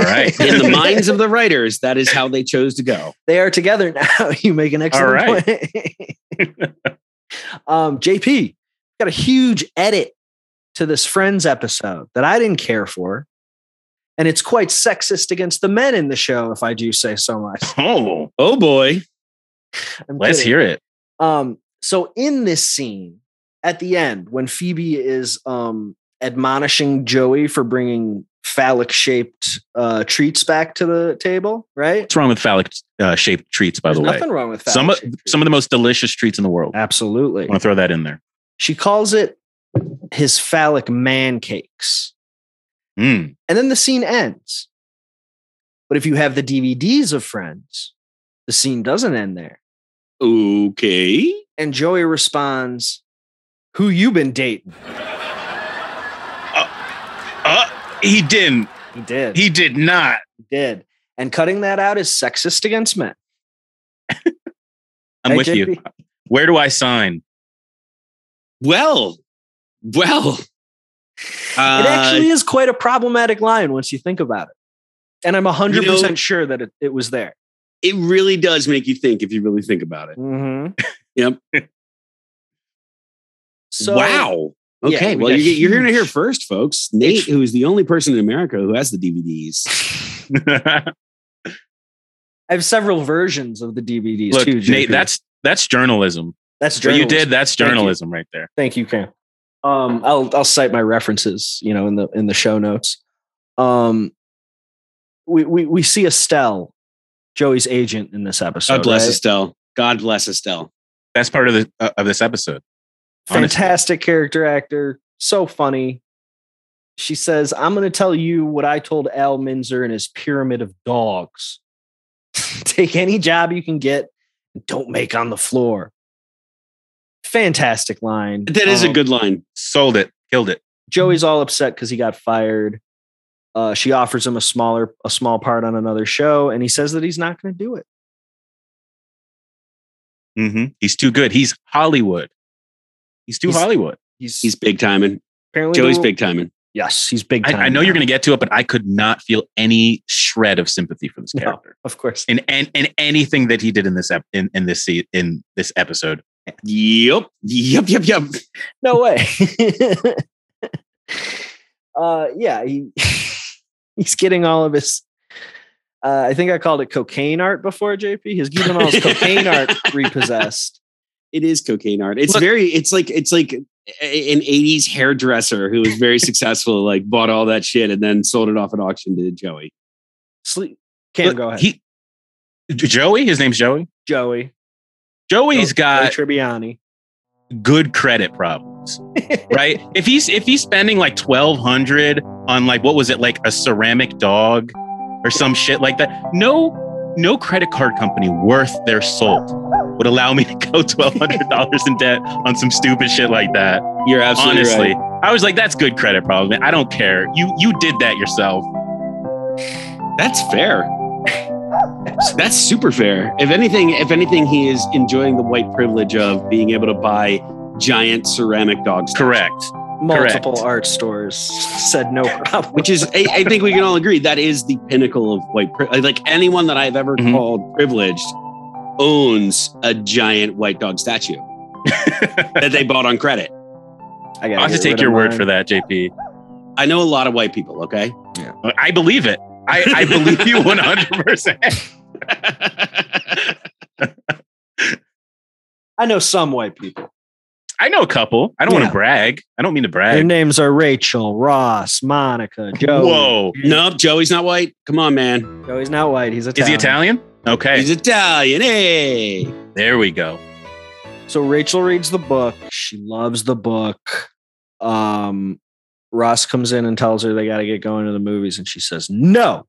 S4: right.
S2: In the minds of the writers, that is how they chose to go.
S1: they are together now. you make an excellent
S4: right.
S1: point. um, JP got a huge edit to this Friends episode that I didn't care for, and it's quite sexist against the men in the show, if I do say so much.
S4: Oh,
S2: Oh boy.
S1: I'm
S4: let's
S1: kidding.
S4: hear it.
S1: Um, so in this scene at the end, when Phoebe is um admonishing Joey for bringing phallic shaped uh treats back to the table, right?
S4: What's wrong with phallic uh, shaped treats, by
S1: There's
S4: the way?
S1: nothing wrong with phallic.
S4: Some of, some of the most delicious treats in the world. I
S1: absolutely.
S4: want to throw that in there.
S1: She calls it his phallic man cakes.
S4: Mm.
S1: And then the scene ends. But if you have the DVDs of Friends, the scene doesn't end there.
S2: Okay.
S1: And Joey responds, Who you been dating?
S4: Uh, he didn't.
S1: He did.
S4: He did not.
S1: He did. And cutting that out is sexist against men.
S4: I'm
S1: Hey,
S4: with you.
S1: JP?
S4: Where do I sign?
S2: Well, well.
S1: It
S2: Uh,
S1: actually is quite a problematic line once you think about it. And I'm 100% sure that it, it was there.
S2: it really does make you think if you really think about it.
S1: Mm-hmm.
S2: Yep.
S1: So,
S2: wow.
S1: Yeah,
S2: Okay.
S1: we
S2: well,
S1: got
S2: you're, you're going to hear
S1: huge-
S2: first, folks. Nate, who is the only person in America who has the DVDs.
S1: I have several versions of the DVDs
S4: Look,
S1: too. JP.
S4: Nate, that's that's journalism.
S1: that's
S4: What you
S1: journalism.
S4: did, that's
S1: Thank you.
S4: journalism right there.
S1: Thank you, Cam. Um, I'll I'll cite my references, you know, in the in the show notes. Um, we we we see Estelle, Joey's agent, in this episode.
S2: God bless
S1: right?
S2: Estelle. God bless Estelle.
S4: That's part of the uh, of this episode. honestly.
S1: Fantastic character actor, so funny. She says, "I'm going to tell you what I told Al Minzer and his pyramid of dogs. Take any job you can get, and don't make on the floor." Fantastic line.
S2: That is a
S1: Um,
S2: good line.
S4: Sold it, killed it.
S1: Joey's all upset because he got fired. Uh, she offers him a smaller, a small part on another show, and he says that he's not going to do it.
S4: hmm He's too good. He's Hollywood. He's too
S1: He's-
S4: Hollywood.
S2: He's big timing.
S1: apparently
S2: Joey's
S1: the-
S2: big timing.
S1: Yes, he's big.
S4: I,
S1: Time
S4: I know you're
S1: now.
S4: going to get to it, but I could not feel any shred of sympathy for this
S1: No.
S4: character
S1: of course.
S4: in and in, anything that he did in this ep- in in this se- in this episode.
S2: Yep. Yep. Yep. Yep.
S1: No way. uh, yeah, he he's getting all of his. Uh, I think I called it cocaine art before, JP. He's getting all his cocaine art repossessed.
S2: It is cocaine art. It's
S4: Look-
S2: very, it's like, it's like a- an 80s hairdresser who was very successful, like bought all that shit and then sold it off at auction to Joey.
S1: Sleep. Cam,
S4: Look,
S1: go ahead.
S4: He, Joey, his name's Joey.
S1: Joey.
S4: Joey's got
S1: Joey Tribbiani.
S4: good credit problems, right? If he's if he's spending like twelve hundred on like what was it like a ceramic dog or some shit like that, no, no credit card company worth their salt would allow me to go twelve hundred dollars in debt on some stupid shit like that.
S2: You're absolutely
S4: Honestly,
S2: right.
S4: I was like, that's good credit problem. man. I don't care. You you did that yourself.
S2: That's fair. That's super fair. If anything, if anything, he is enjoying the white privilege of being able to buy giant ceramic dogs,
S4: Correct.
S1: Multiple art stores said no problem.
S2: which is I, I think we can all agree that is the pinnacle of white privilege. Like anyone that I've ever
S4: Mhm.
S2: called privileged owns a giant white dog statue that they bought on credit.
S1: I gotta
S4: I'll have to
S1: get
S4: take
S1: rid
S4: your
S1: of
S4: word
S1: mine.
S4: for that, JP.
S2: I know a lot of white people. Okay,
S4: I believe it. I, I believe you 100%.
S1: I know some white people.
S4: I know a couple. I don't want
S1: Yeah.
S4: to brag. I don't mean to
S1: Their
S4: brag.
S1: names are Rachel, Ross, Monica, Joey.
S4: Whoa.
S2: nope, Joey's not white. Come on, man,
S1: No, he's not white. He's
S4: Is he
S1: Italian.
S4: Italian? Okay.
S2: he's Italian. Hey,
S4: there we go.
S1: So Rachel reads the book. She loves the book. Um, Ross comes in and tells her they got to get going to the movies, and she says no,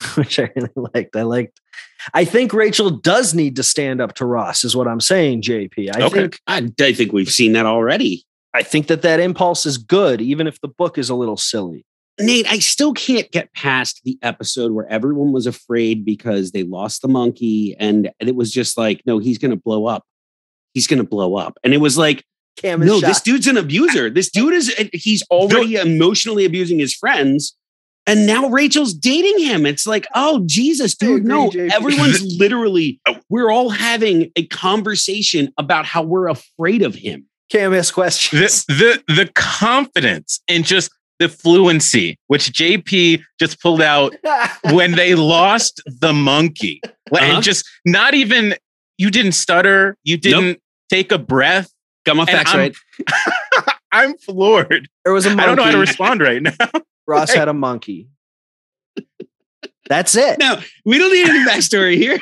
S1: which I really liked. I liked. I think Rachel does need to stand up to Ross, is what I'm saying, JP. I
S4: Okay.
S1: think
S2: I, I think we've seen that already.
S1: I think that that impulse is good, even if the book is a little silly.
S2: Nate, I still can't get past the episode where everyone was afraid because they lost the monkey and, and it was just like, no, he's going to blow up. He's going to blow up. And it was like,
S1: Cam is
S2: no,
S1: shocked.
S2: this dude's an abuser. This dude is, he's already emotionally abusing his friends. And now Rachel's dating him. It's like, oh, Jesus,
S1: I
S2: dude.
S1: agree,
S2: No,
S1: JP.
S2: everyone's literally,
S1: Oh.
S2: we're all having a conversation about how we're afraid of him.
S1: Cam has questions.
S4: The, the, the confidence and just the fluency, which JP just pulled out when they lost the monkey. Like,
S2: Uh-huh.
S4: And just not even, you didn't stutter. You didn't take a breath.
S2: Got my
S4: And
S2: facts
S4: I'm-
S2: right.
S4: I'm floored.
S1: there was a monkey.
S4: I don't know how to respond right now.
S1: Ross had a monkey. That's it.
S2: No, we don't need any backstory here.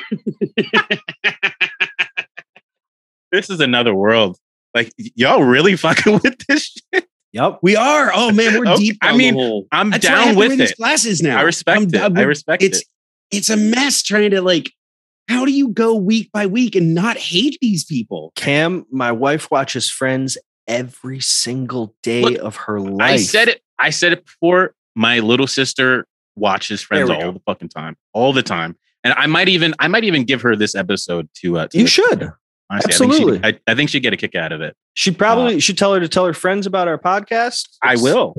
S4: This is another world. Like y- y'all really fucking with this shit.
S1: Yep.
S2: We are. Oh man, we're
S4: Okay,
S2: deep.
S4: I
S2: down
S4: mean,
S2: the hole.
S4: I'm
S2: That's why I
S4: down
S2: have to
S4: with
S2: wear
S4: it.
S2: these Glasses now.
S4: I respect
S2: I'm-
S4: it. i
S2: I'm-
S4: respect
S2: it's
S4: it.
S2: it's a mess trying to like. How do you go week by week and not hate these people?
S1: Cam, my wife watches Friends every single day
S4: Look,
S1: of her life.
S4: I said it. I said it before. My little sister watches Friends
S1: There we
S4: all the fucking time, all the time. And I might even, I might even give her this episode to. Uh, to
S1: You
S4: listen to.
S1: should.
S4: Honestly, I
S1: Absolutely.
S4: think, she'd, I, I think she'd get a kick out of it.
S1: She probably should tell her to tell her friends about our podcast.
S4: I
S1: It's-
S4: will.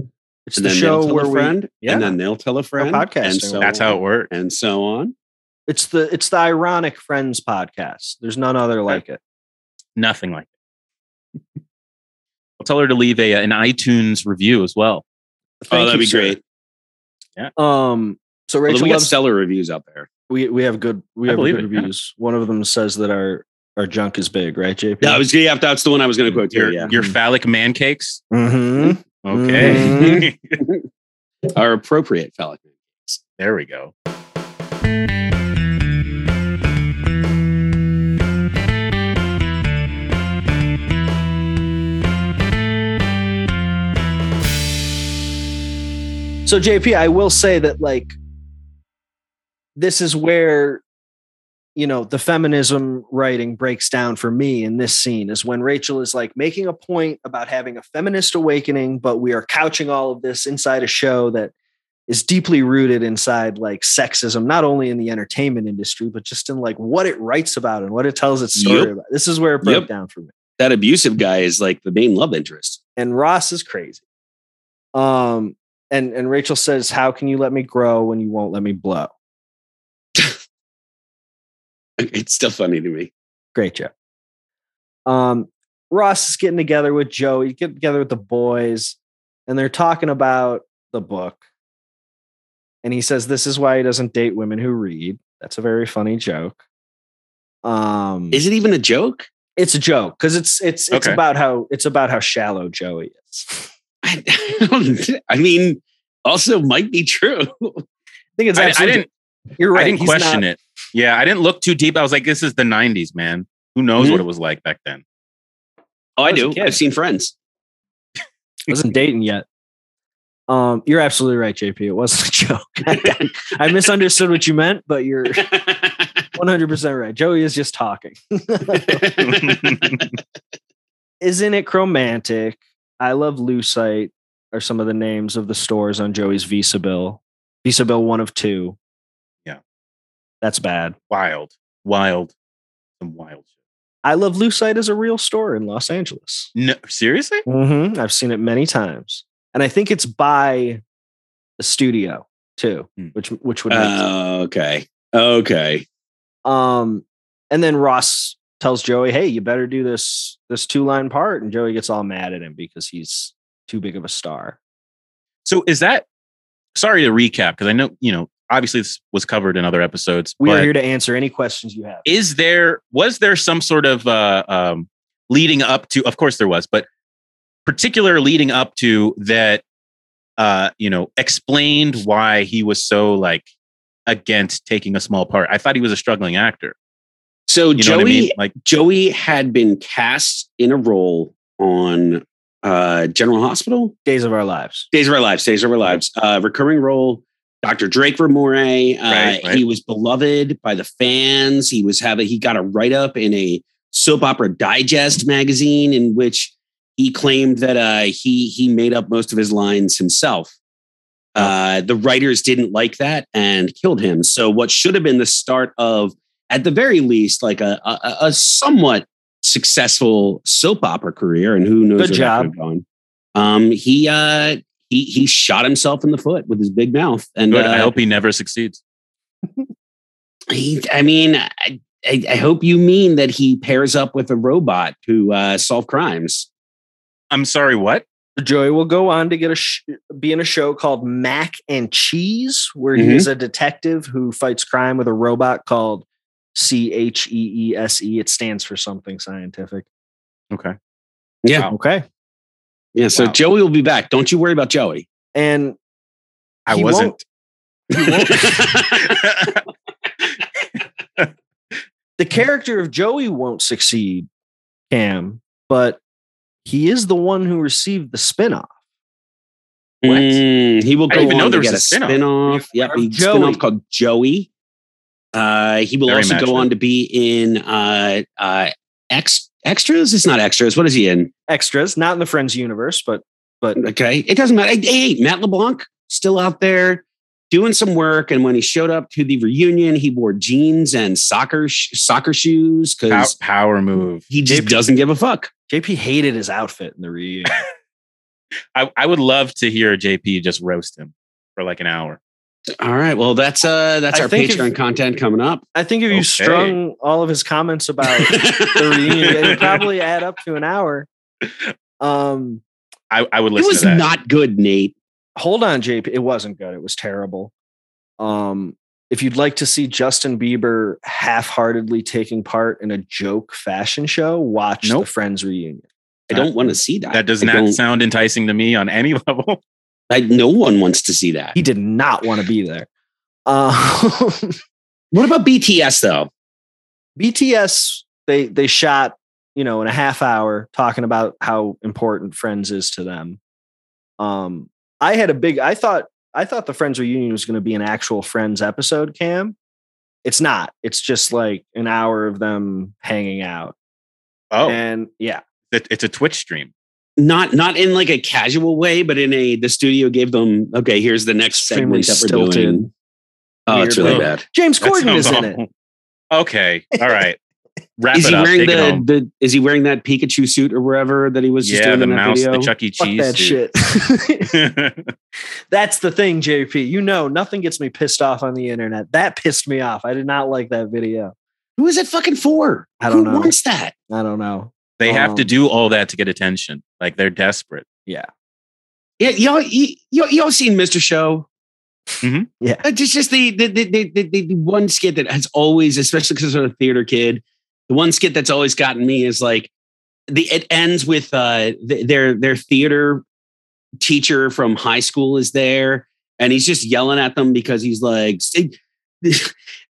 S1: It's the show where we.
S2: friend,
S1: yeah.
S2: and then they'll tell a friend,
S1: podcast
S2: and
S1: or
S2: so
S4: That's how it works.
S2: and so on.
S1: It's the it's the ironic Friends podcast. There's none other like it.
S4: Nothing like. it. I'll tell her to leave a uh, an iTunes review as well.
S1: Thank
S2: oh, that'd
S1: you,
S2: be
S1: sir.
S2: great.
S1: Um. So
S2: Although
S1: Rachel
S2: we got
S1: loves.
S2: stellar reviews out there.
S1: we we have good we
S4: I
S1: have
S4: believe
S1: good
S4: it, yeah.
S1: reviews. One of them says that our our junk is big, right, JP?
S2: Yeah, I was. Yeah, that's the one I was going to quote. Here,
S4: Your
S2: yeah,
S1: Hmm.
S4: your phallic man cakes.
S1: mm-hmm.
S4: Okay.
S2: are appropriate phallic.
S4: there we go.
S1: So JP, I will say that like this is where you know the feminism writing breaks down for me in this scene is when Rachel is like making a point about having a feminist awakening, but we are couching all of this inside a show that is deeply rooted inside like sexism, not only in the entertainment industry, but just in like what it writes about and what it tells its story
S2: Yep.
S1: about. This is where it broke
S2: Yep.
S1: down for me
S2: That abusive guy is like the main love interest.
S1: and Ross is crazy. Um, and and Rachel says, "How can you let me grow when you won't let me blow?"
S2: It's still funny to me.
S1: Great job. Um, Ross is getting together with Joey, getting together with the boys, and they're talking about the book. And he says, "This is why he doesn't date women who read." That's a very funny joke. Um,
S2: Is it even a joke?
S1: it's a joke because it's it's it's
S4: Okay.
S1: about how it's about how shallow Joey is.
S2: I, I don't- I mean, also might be true. Oh,
S1: I think it's
S4: I, I
S1: absolutely
S4: didn't.
S1: You're right.
S4: I didn't
S1: he's
S4: question
S1: not-
S4: it. Yeah, I didn't look too deep. I was like, this is the 90s, man. Who knows
S1: Mm-hmm.
S4: what it was like back then?
S2: Oh,
S1: was
S2: I
S1: a
S2: do.
S1: kid.
S2: I've seen friends.
S1: Wasn't dating yet. Um, you're absolutely right, JP. It wasn't a joke. I misunderstood what you meant, but you're 100 percent right. Joey is just talking. Isn't it chromantic? I love Lucite are some of the names of the stores on Joey's Visa bill. Visa bill one of two.
S4: Yeah.
S1: that's bad.
S4: Wild, wild, some wild shit.
S1: I love Lucite as a real store in Los Angeles.
S4: No, seriously?
S1: hmm I've seen it many times, and I think it's by the studio too,
S4: Hmm.
S1: which which would make
S2: Oh, okay. Okay.
S1: Um, and then Ross tells Joey, "Hey, you better do this this two line part," and Joey gets all mad at him because he's too big of a star.
S4: So is that, sorry to recap, because I know, you know, obviously this was covered in other episodes.
S1: We
S4: but
S1: are here to answer any questions you have.
S4: is there was there some sort of uh, um, leading up to of course there was but particular leading up to that uh, you know explained why he was so like against taking a small part i thought he was a struggling actor
S2: So
S4: you know
S2: Joey
S4: what i mean like
S2: Joey had been cast in a role on uh, General Hospital,
S1: Days of Our Lives.
S2: Days of Our Lives, Days of Our Lives, uh, recurring role. Dr. Drake Ramore. Uh,
S4: Right, right.
S2: He was beloved by the fans. He was having he got a write up in a soap opera digest magazine in which he claimed that uh, he he made up most of his lines himself. Uh, the writers didn't like that and killed him. So what should have been the start of, at the very least, like a a, a somewhat successful soap opera career, and who knows
S1: Good
S2: where that
S1: job.
S2: could have gone. Um, he uh, he he shot himself in the foot with his big mouth, and
S4: good
S2: uh,
S4: i hope he never succeeds
S2: he, I mean, I, I, I hope you mean that he pairs up with a robot to uh, solve crimes.
S4: i'm sorry what
S1: Joey will go on to get a sh- be in a show called Mac and Cheese, where he
S2: Mhm.
S1: is a detective who fights crime with a robot called C H E E S E. It stands for something scientific.
S4: okay
S2: Yeah,
S1: Okay,
S2: yeah. So
S4: Wow.
S2: Joey will be back. Don't you worry about Joey.
S1: and
S4: i
S1: He
S4: wasn't
S1: the character of Joey won't succeed, Cam, but he is the one who received the spinoff.
S4: What?
S2: Mm, he will
S4: I
S2: go
S4: didn't even
S2: on
S4: know there
S2: to
S4: was
S2: get
S4: a spin-off.
S2: spin-off. Yep,
S1: Of
S2: a
S1: Joey.
S2: spin-off called Joey. Uh, he will
S4: Very
S2: also go
S4: matchfit.
S2: on to be in uh, uh, ex- extras. It's not extras. What is he in?
S1: Extras, not in the Friends universe, but
S2: Okay, it doesn't matter. Hey, Matt LeBlanc still out there doing some work. And when he showed up to the reunion, he wore jeans and soccer sh- soccer shoes
S4: power,
S2: because
S4: power move
S2: he just doesn't give a fuck.
S1: JP hated his outfit in the reunion.
S4: I, I would love to hear jp just roast him for like an hour
S2: All right, well that's uh that's
S1: I
S2: our
S1: think if-
S2: Patreon content coming up.
S1: I think if you
S4: Okay.
S1: strung all of his comments about the reunion, it'd probably add up to an hour. Um,
S4: i, I would
S2: it
S4: listen
S2: was
S4: to that
S2: not good, Nate.
S1: hold on, JP. It wasn't good. It was terrible. Um, if you'd like to see Justin Bieber half-heartedly taking part in a joke fashion show, watch the
S4: Nope.
S1: Friends reunion.
S2: I don't want to see that.
S4: that does
S2: I
S4: not
S2: don't-
S4: sound enticing to me on any level
S2: I, no one wants to see that.
S1: He did not want to be there. Um,
S2: What about BTS though?
S1: BTS they they shot you know in a half hour talking about how important Friends is to them. Um, I had a big I thought I thought the Friends reunion was going to be an actual Friends episode. Cam, it's not. It's just like an hour of them hanging out.
S4: oh
S1: and yeah,
S4: it- it's a twitch stream
S2: Not not in like a casual way, but in a the studio gave them okay. Here's the next
S1: extremely
S2: segment that we're doing.
S1: stilted.
S2: Oh, it's
S1: Weird.
S2: really
S4: Oh.
S2: bad.
S1: James
S4: That
S1: Corden is in
S4: sounds
S1: it.
S4: awful. Okay. All right. Wrap
S2: is
S4: it
S2: he
S4: up.
S2: wearing
S4: Take it
S2: the,
S4: home.
S2: the is he wearing that Pikachu suit or wherever that he was just
S4: yeah,
S2: doing
S4: the
S2: in that
S4: mouse,
S2: video?
S4: the Chuck E.
S1: Fuck
S4: Cheese.
S1: that
S4: suit.
S1: shit. That's the thing, JP. You know, nothing gets me pissed off on the internet. That pissed me off. I did not like that video.
S2: Who is it fucking for?
S1: I don't
S2: Who
S1: know.
S2: wants that?
S1: I don't know.
S4: they have to
S1: Um,
S4: do all that to get attention. Like they're desperate.
S2: Yeah, y'all, y- y'all, y'all seen Mr. Show?
S4: Mhm.
S1: Yeah.
S2: it's just the the, the, the, the the one skit that has always, especially because I'm a theater kid, the one skit that's always gotten me is like the it ends with uh th- their their theater teacher from high school is there, and he's just yelling at them because he's like. "Say-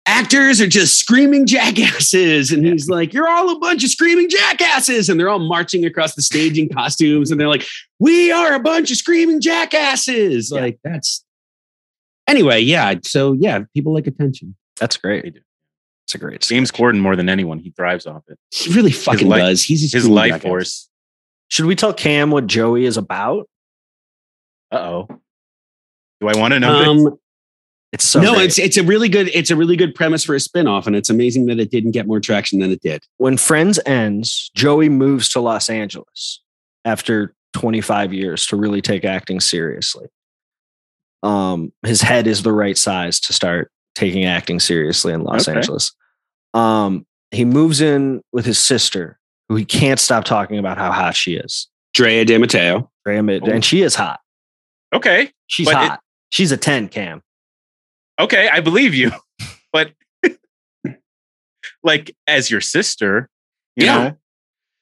S2: actors are just screaming jackasses. And he's like, You're all a bunch of screaming jackasses. And they're all marching across the stage in costumes. And they're like, We are a bunch of screaming jackasses. Like, that's anyway. Yeah. So, yeah, people like attention.
S1: That's
S4: They
S1: great.
S4: do.
S1: It's a great scene.
S4: James Corden more than anyone. He thrives off it.
S2: He really fucking
S4: life-
S2: does. He's a
S4: His
S2: screaming
S4: life
S2: jackass.
S4: force.
S1: Should we tell Cam what Joey is about?
S4: Uh oh. Do I want to know? this?
S2: Um,
S1: It's so
S2: no,
S1: great.
S2: it's it's a really good it's a really good premise for a spinoff, and it's amazing that it didn't get more traction than it did.
S1: when Friends ends, Joey moves to Los Angeles after 25 years to really take acting seriously. Um, his head is the right size to start taking acting seriously in Los
S4: Okay.
S1: Angeles. Um, he moves in with his sister, who he can't stop talking about how hot she is.
S2: Drea De Matteo.
S1: Graham, it-
S4: Oh.
S1: and she is hot.
S4: okay.
S1: She's
S4: But it-
S1: hot. She's a 10, Cam.
S4: Okay. I believe you. But like, as your sister, you
S2: Yeah.
S4: know,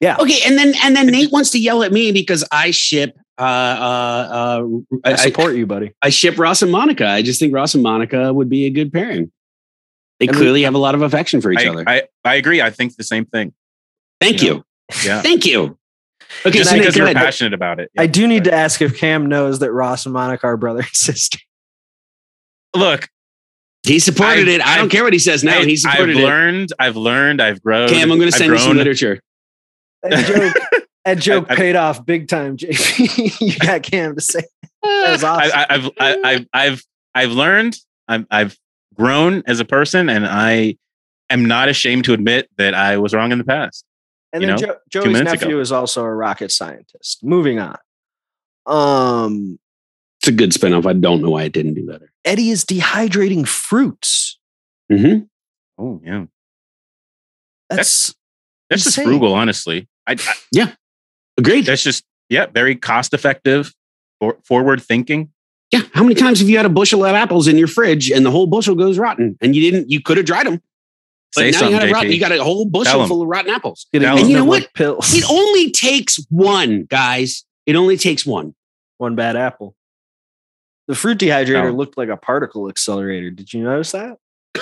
S1: Yeah.
S2: Okay, and then and then Nate wants to yell at me because I ship uh uh, uh
S1: I
S2: I,
S1: support you, buddy.
S2: I ship Ross and Monica. I just think Ross and Monica would be a good pairing. They
S1: And we-
S2: clearly have a lot of affection for each
S4: I,
S2: other.
S4: I, I agree. I think the same thing.
S2: Thank
S4: you
S2: you.
S4: know, Yeah.
S2: Thank you. Okay,
S4: Just
S2: so Nate,
S4: because
S2: go
S4: you're
S2: ahead.
S4: passionate about it.
S1: I do need to ask if Cam knows that Ross and Monica are brother and sister.
S4: Look,
S2: he supported
S4: I-
S2: it. I,
S4: I-
S2: don't care what he says now.
S4: I,
S2: he
S4: have
S2: supported it.
S4: learned. I've learned. I've grown.
S2: Cam, I'm going
S4: I've
S2: to send you some
S4: grown.
S2: literature.
S1: That joke, that joke
S4: I- I-
S1: paid off big time, JP. you got Cam to say that was awesome.
S4: I, I, I've I, I've I've I've learned. I'm, I've grown as a person, and I am not ashamed to admit that I was wrong in the past.
S1: and
S4: you
S1: then
S4: know,
S1: jo- Joey's
S4: minutes ago.
S1: nephew is also a rocket scientist. Moving on. Um,
S2: It's a good spinoff. I don't know why it didn't do better.
S1: Eddie is dehydrating fruits.
S2: Mm-hmm.
S4: Oh yeah,
S1: That's
S4: that's just
S1: Insane.
S4: frugal, honestly. I, I
S2: Agreed.
S4: that's just yeah, very cost effective, for, forward thinking.
S2: Yeah. How many times have you had a bushel of apples in your fridge and the whole bushel goes rotten and you didn't, you could have dried them. But
S4: Say
S2: now you,
S4: something,
S2: had a rotten,
S4: JP.
S2: you got a whole
S4: Tell
S2: bushel
S4: 'em.
S2: full of rotten apples.
S1: getting
S4: Dallas.
S1: these
S2: And you know
S1: Neblug
S2: what?
S1: Pills.
S2: It only takes one, guys. It only takes one.
S1: One bad apple. The fruit dehydrator
S4: Oh.
S1: looked like a particle accelerator. Did you notice that?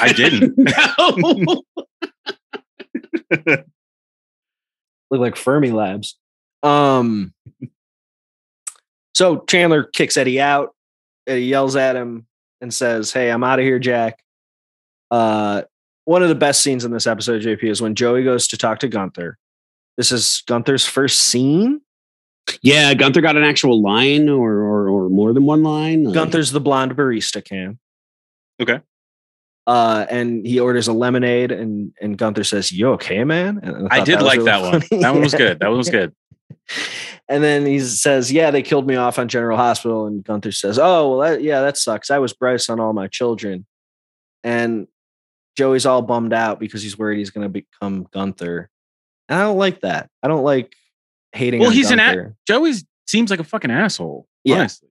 S4: I didn't.
S2: no.
S1: Looked like Fermi Labs. Um. So Chandler kicks Eddie out. Eddie yells at him and says, "Hey, I'm out of here, Jack." Uh, one of the best scenes in this episode, JP, is when Joey goes to talk to Gunther. This is Gunther's first scene.
S2: Yeah. Gunther got an actual line or, or, or more than one line. Like,
S1: Gunther's the blonde barista cam.
S4: Okay.
S1: Uh, and he orders a lemonade, and and Gunther says, "You okay, man?" And
S4: I
S1: thought
S4: did
S1: was
S4: like
S1: really
S4: that one.
S1: funny.
S4: That one was
S1: Yeah.
S4: good. That one was good.
S1: And then he says, "Yeah, they killed me off on General Hospital." And Gunther says, "Oh, well, that, yeah, that sucks. I was Bryce on all my children." And Joey's all bummed out because he's worried he's going to become Gunther. And I don't like that. I don't like hating.
S4: Well,
S1: on
S4: he's an act-
S1: Gunther.
S4: Joey seems like a fucking asshole.
S1: Yeah.
S4: Honestly.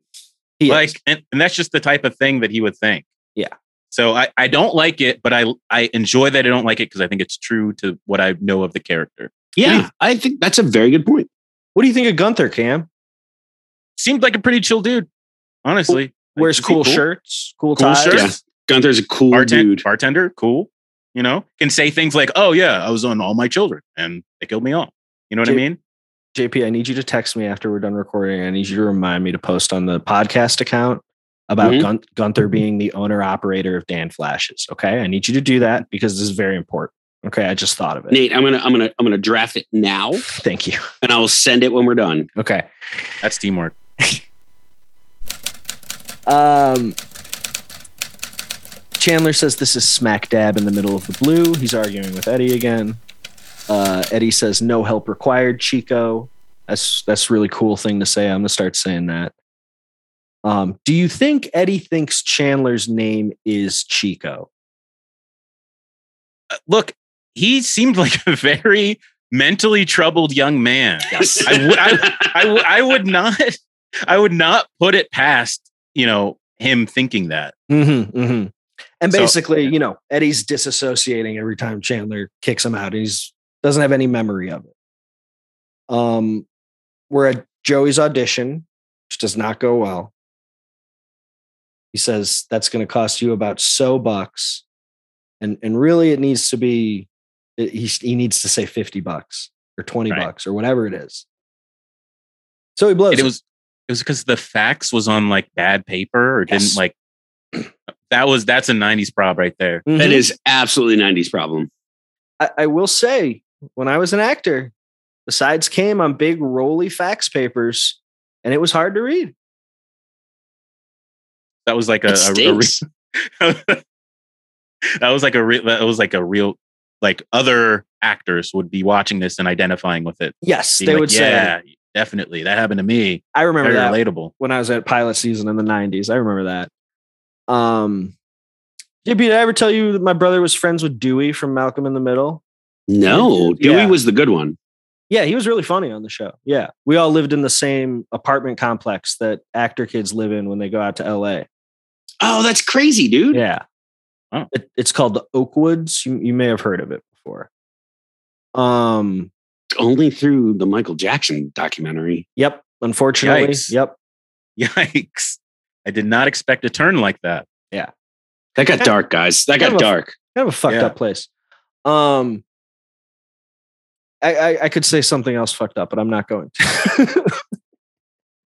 S1: He
S4: like
S1: is.
S4: and, and that's just the type of thing that he would think
S1: Yeah.
S4: so i i don't like it but i i enjoy that i don't like it because i think it's true to what i know of the character
S2: Yeah. I think that's a very good point.
S1: What do you think of Gunther, Cam?
S4: seemed like a pretty chill dude honestly Like,
S1: Wears
S4: is he
S1: cool, shirts, cool,
S4: cool
S1: ties.
S4: shirt
S2: Yeah. Gunther's a cool
S4: bartender,
S2: dude.
S4: bartender cool you know can say things like oh yeah i was on all my children and they killed me all you know what i
S1: Dude.
S4: mean
S1: JP, I need you to text me after we're done recording. I need you to remind me to post on the podcast account about
S2: Mhm.
S1: Gun- Gunther being the owner operator of Dan Flashes. Okay. I need you to do that because this is very important. Okay. I just thought of it.
S2: Nate, I'm gonna I'm gonna I'm gonna draft it now
S1: Thank you.
S2: and I will send it when we're done.
S1: Okay.
S4: that's teamwork
S1: Um, Chandler says this is smack dab in the middle of the blue. He's arguing with Eddie again. Uh, Eddie says no help required, Chico. That's that's a really cool thing to say. I'm gonna start saying that. Um, do you think Eddie thinks Chandler's name is Chico?
S4: Uh, look he seemed like a very mentally troubled young man
S1: Yes.
S4: I would- I, w- I would not I would not put it past you know him thinking that.
S1: Mm-hmm, mm-hmm. And
S4: So-
S1: basically, you know, Eddie's disassociating every time Chandler kicks him out. He's doesn't have any memory of it. Um, we're at Joey's audition, which does not go well. He says that's going to cost you about so bucks, and and really it needs to be it- he he needs to say fifty bucks or twenty
S4: Right.
S1: bucks or whatever it is. So he blows.
S4: And
S1: it.
S4: it was it was because the fax was on like bad paper or
S1: Yes.
S4: didn't like that was that's a 90s prob right there.
S1: Mhm.
S2: That is absolutely 90s problem.
S1: I, I will say, when I was an actor, the sides came on big rolly fax papers, and it was hard to read.
S4: That was like a,
S2: It
S4: a, a re-
S2: stinks.
S4: that was like a re- that was like a real like other actors would be watching this and identifying with it.
S1: Yes,
S4: being
S1: they
S4: like,
S1: would say.
S4: yeah, definitely. That happened to me.
S1: I remember
S4: Very
S1: that
S4: relatable.
S1: when I was at pilot season in the '90s. I remember that. Um, JP, did I ever tell you that my brother was friends with Dewey from Malcolm in the Middle?
S2: No, Dewey
S1: Yeah.
S2: was the good one.
S1: Yeah, he was really funny on the show. Yeah, we all lived in the same apartment complex that actor kids live in when they go out to LA.
S2: Oh, that's crazy, dude.
S1: Yeah.
S4: Oh.
S1: It, it's called the Oakwoods. You, you may have heard of it before. Um,
S2: Only through the Michael Jackson documentary.
S1: yep. Unfortunately,
S4: Yikes.
S1: yep.
S4: Yikes. I did not expect a turn like that.
S2: That got dark, guys. That
S1: Kind of
S2: got
S1: a-
S2: dark.
S1: Kind of a fucked
S4: Yeah.
S1: up place. Um, I, I, I could say something else fucked up, but I'm not going to.
S4: I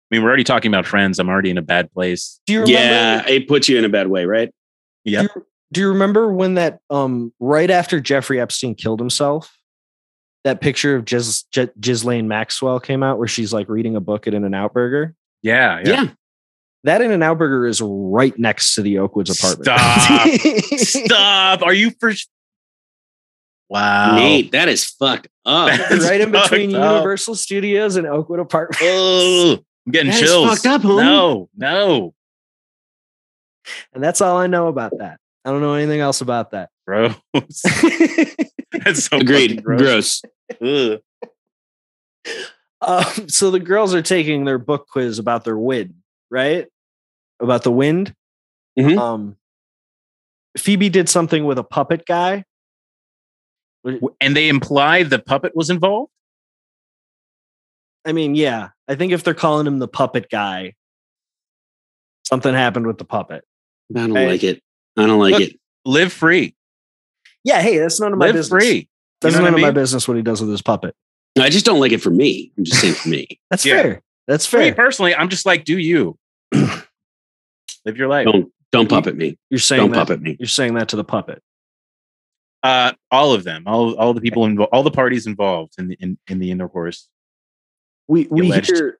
S4: mean, we're already talking about friends. I'm already in a bad place.
S1: do you remember?
S2: Yeah, it puts you in a bad way, right?
S4: Yeah.
S1: Do you remember when that um right after Jeffrey Epstein killed himself, that picture of Gis, Gis, Ghislaine Maxwell came out where she's like reading a book at In and Out Burger?
S4: Yeah.
S2: Yeah.
S1: That In and Out Burger is right next to the Oakwoods apartment.
S4: Stop. Stop. Are you for Wow.
S2: Nate, that is fucked up.
S4: That's
S1: right in between
S4: fucked up.
S1: Universal Studios and Oakwood Apartment.
S4: Ugh, I'm getting
S2: That is
S4: chills.
S2: fucked up, homie.
S4: No, no,
S1: And that's all I know about that. I don't know anything else about that.
S4: gross. That's so
S2: Agreed.
S4: fucking Gross.
S2: Gross.
S4: Ugh.
S1: um, so the girls are taking their book quiz about their wind, right? About the wind.
S4: Mm-hmm.
S2: Mhm.
S1: Um, Phoebe did something with a puppet guy.
S4: And they imply the puppet was involved.
S1: I mean, yeah, I think if they're calling him the puppet guy, something happened with the puppet.
S2: I don't
S1: Hey.
S2: like it. I don't like
S4: Look,
S2: it.
S4: Live free.
S1: Yeah, hey, that's none of my
S4: Live
S1: business.
S4: free.
S1: That's
S4: know what
S1: none
S4: I
S1: of my
S4: mean?
S1: business what he does with his puppet.
S2: I just don't like it for me. I'm just saying for me.
S1: That's
S4: Yeah.
S1: fair. That's
S4: For me
S1: fair.
S4: personally, I'm just like, do you live your life?
S2: Don't don't puppet me.
S1: You're saying
S2: Don't
S1: that.
S2: puppet me.
S1: You're saying that to the puppet.
S4: Uh, all of them, all all the people involved, all the parties involved in the in, in the intercourse,
S1: We we
S4: Alleged.
S1: hear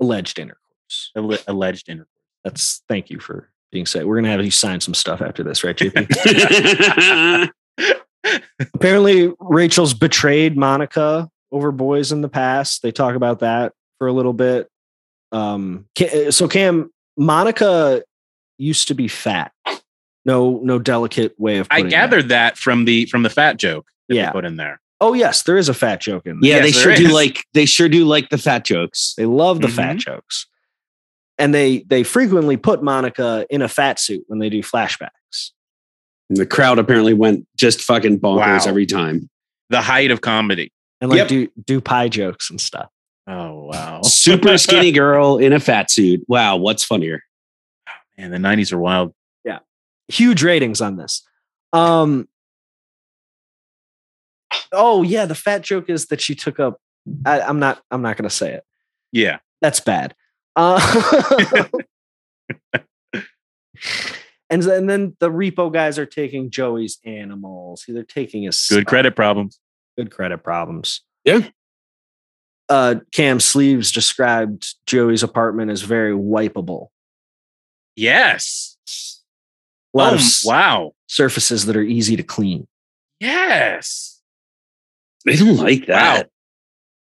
S1: alleged intercourse.
S4: alle- alleged intercourse.
S1: That's thank you for being said. We're gonna have you sign some stuff after this, right, JP? Apparently, Rachel's betrayed Monica over boys in the past. They talk about that for a little bit. Um, Ca- so Cam, Monica used to be fat. No, no delicate way of.
S4: I
S1: Putting that.
S4: gathered that from the from the fat joke that they
S1: Yeah.
S4: put in there.
S1: Oh yes, there is a fat joke in. There.
S2: yeah,
S4: Yes,
S2: they
S4: there
S2: sure do
S4: is. Mm-hmm.
S2: like they sure do like the fat jokes.
S1: They love the fat jokes, and they they frequently put Monica in a fat suit when they do flashbacks.
S2: And the crowd apparently went just fucking bonkers
S4: Wow.
S2: every time.
S4: The height of comedy.
S1: and like
S2: Yep.
S1: do do pie jokes and stuff.
S4: Oh wow,
S2: Super skinny girl in a fat suit. Wow, what's funnier?
S4: man! The '90s are wild.
S1: Huge ratings on this. Um Oh yeah, the fat joke is that she took up I, I'm not I'm not gonna say it.
S4: Yeah,
S1: That's bad. Uh, and, then- and then the repo guys are taking Joey's animals. They're taking his
S4: good
S1: stuff.
S4: credit problems.
S1: good credit problems.
S2: Yeah.
S1: Uh, Cam Sleeves described Joey's apartment as very wipeable.
S4: Yes.
S1: A lot
S4: Oh,
S1: of s-
S4: wow.
S1: surfaces that are easy to clean.
S4: Yes.
S2: They don't like that.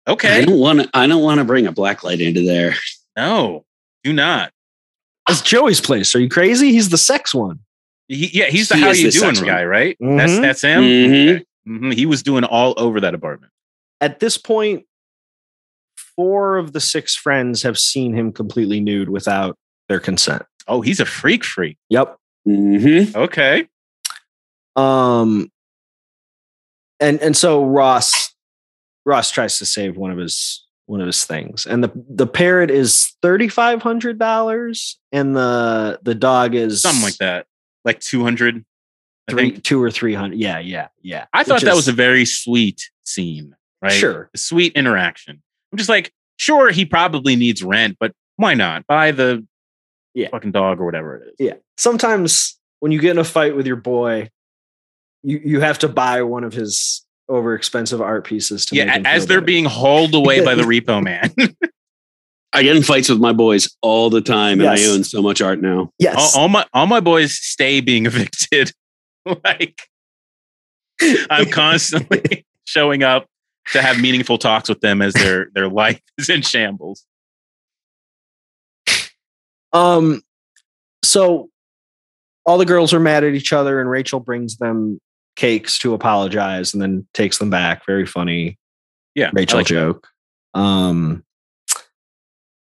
S2: I
S4: Okay.
S2: don't want to I don't want to bring a black light into there.
S4: No, do not.
S1: That's Joey's place. Are you crazy? He's the sex one.
S4: He, yeah, he's the Mm-hmm.
S2: He
S4: how
S2: is
S4: you
S2: the
S4: doing
S2: sex one.
S4: guy, right?
S1: Mhm.
S4: That's that's him.
S2: Mhm.
S4: Okay. Mhm. He was doing all over that apartment.
S1: At this point, four of the six friends have seen him completely nude without their consent.
S4: Oh, he's a freak freak.
S1: Yep.
S2: Mm-hmm.
S4: Okay.
S1: Um and and so Ross Ross tries to save one of his one of his things. And the the parrot is thirty five hundred dollars, and the the dog is
S4: something like that, like two hundred. I
S1: three,
S4: think.
S1: two or three hundred. Yeah, yeah, yeah.
S4: I thought
S1: Which
S4: that
S1: is-
S4: was a very sweet scene, right?
S1: sure.
S4: A sweet interaction. I'm just like, sure, he probably needs rent, but why not buy the
S1: Yeah.
S4: fucking dog or whatever it is?
S1: Yeah. Sometimes when you get in a fight with your boy, you you have to buy one of his over expensive art pieces to make
S4: yeah,
S1: him
S4: a- as
S1: feel
S4: they're
S1: better.
S4: being hauled away by the repo man.
S2: I get in fights with my boys all the time, and
S1: Yes.
S2: I own so much art now.
S4: all,
S1: yes.
S4: all my all my boys stay being evicted. like I'm constantly showing up to have meaningful talks with them as their their life is in shambles.
S1: Um, so all the girls are mad at each other, and Rachel brings them cakes to apologize, and then takes them back. Very funny
S4: Yeah, I
S1: Rachel
S4: like that.
S1: joke. Um,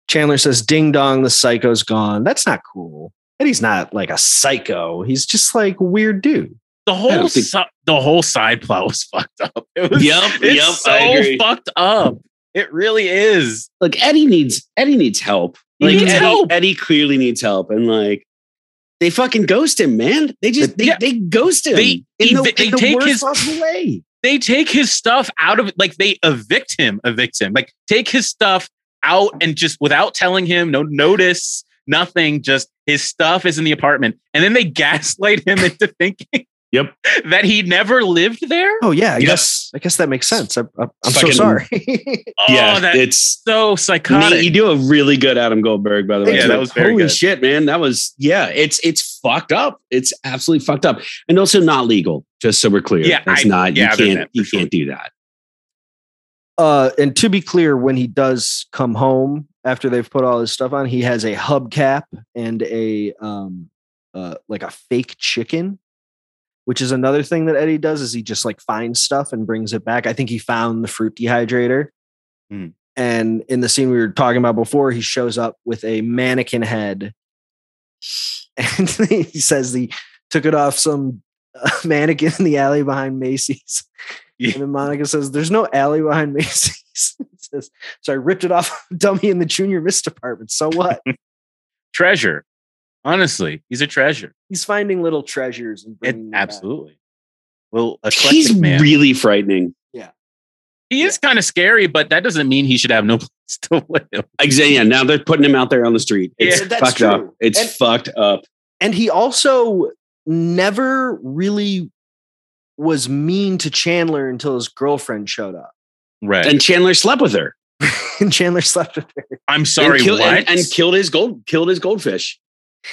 S1: Chandler says, "Ding dong, the psycho's gone." That's not cool. And he's not like a psycho. He's just like a weird dude.
S4: The whole
S2: don't think-
S4: si- the whole side plot was fucked up. It was,
S2: Yep,
S4: it's
S2: yep,
S4: so
S2: I agree.
S4: fucked up. It really is.
S2: Like Eddie needs Eddie needs help.
S4: He
S2: Like
S4: needs
S2: Eddie,
S4: help.
S2: Eddie clearly needs help, and like they fucking ghost him, man. They just they,
S4: Yeah.
S2: they ghost him.
S4: They- ev- they take his-
S2: possible way.
S4: They take his stuff out of like they evict him, evict him. Like take his stuff out and just without telling him, no notice, nothing, just his stuff is in the apartment. And then they gaslight him into thinking
S2: Yep.
S4: that he never lived there.
S1: Oh yeah, I
S2: Yep.
S1: guess I guess that makes sense. I, I, I'm so
S2: Fucking-
S1: sorry.
S4: Oh,
S2: yeah,
S4: that's
S2: it's
S4: so
S2: Nate,
S4: psychotic.
S2: you do a really good Adam Goldberg, by the way.
S4: Yeah,
S2: It's
S4: that
S2: like,
S4: was very
S2: holy
S4: good.
S2: shit, man. That was yeah. It's it's fucked up. It's absolutely fucked up, and also not legal. Just so we're clear,
S4: Yeah,
S2: it's
S4: I-
S2: not.
S4: yeah,
S2: you
S4: there's
S2: can't
S4: that,
S2: you
S4: for sure.
S2: can't do that.
S1: Uh, and to be clear, when he does come home after they've put all his stuff on, he has a hubcap and a um, uh, like a fake chicken, which is another thing that Eddie does. Is he just like finds stuff and brings it back? I think he found the fruit dehydrator.
S4: Hmm.
S1: And in the scene we were talking about before, he shows up with a mannequin head, and he says he took it off some uh, mannequin in the alley behind Macy's. And then Monica says, There's no alley behind Macy's. It says, so I ripped it off a dummy in the junior miss department. So what?
S4: treasure. Honestly, he's a treasure.
S1: He's finding little treasures and
S4: It,
S1: bringing them back.
S4: absolutely. Well, eclectic
S2: He's
S4: man.
S2: really frightening.
S4: he is kind of scary, but that doesn't mean he should have no place to live.
S2: Exactly. Yeah, now they're putting him out there on the street. It's
S1: Yeah, that's
S2: fucked
S1: true.
S2: up. It's
S1: And-
S2: fucked up.
S1: And he also never really was mean to Chandler until his girlfriend showed up.
S4: Right.
S2: And Chandler slept with her.
S1: and Chandler slept with her.
S4: I'm sorry.
S2: and, kill-
S4: what?
S2: and, and killed his gold killed his goldfish.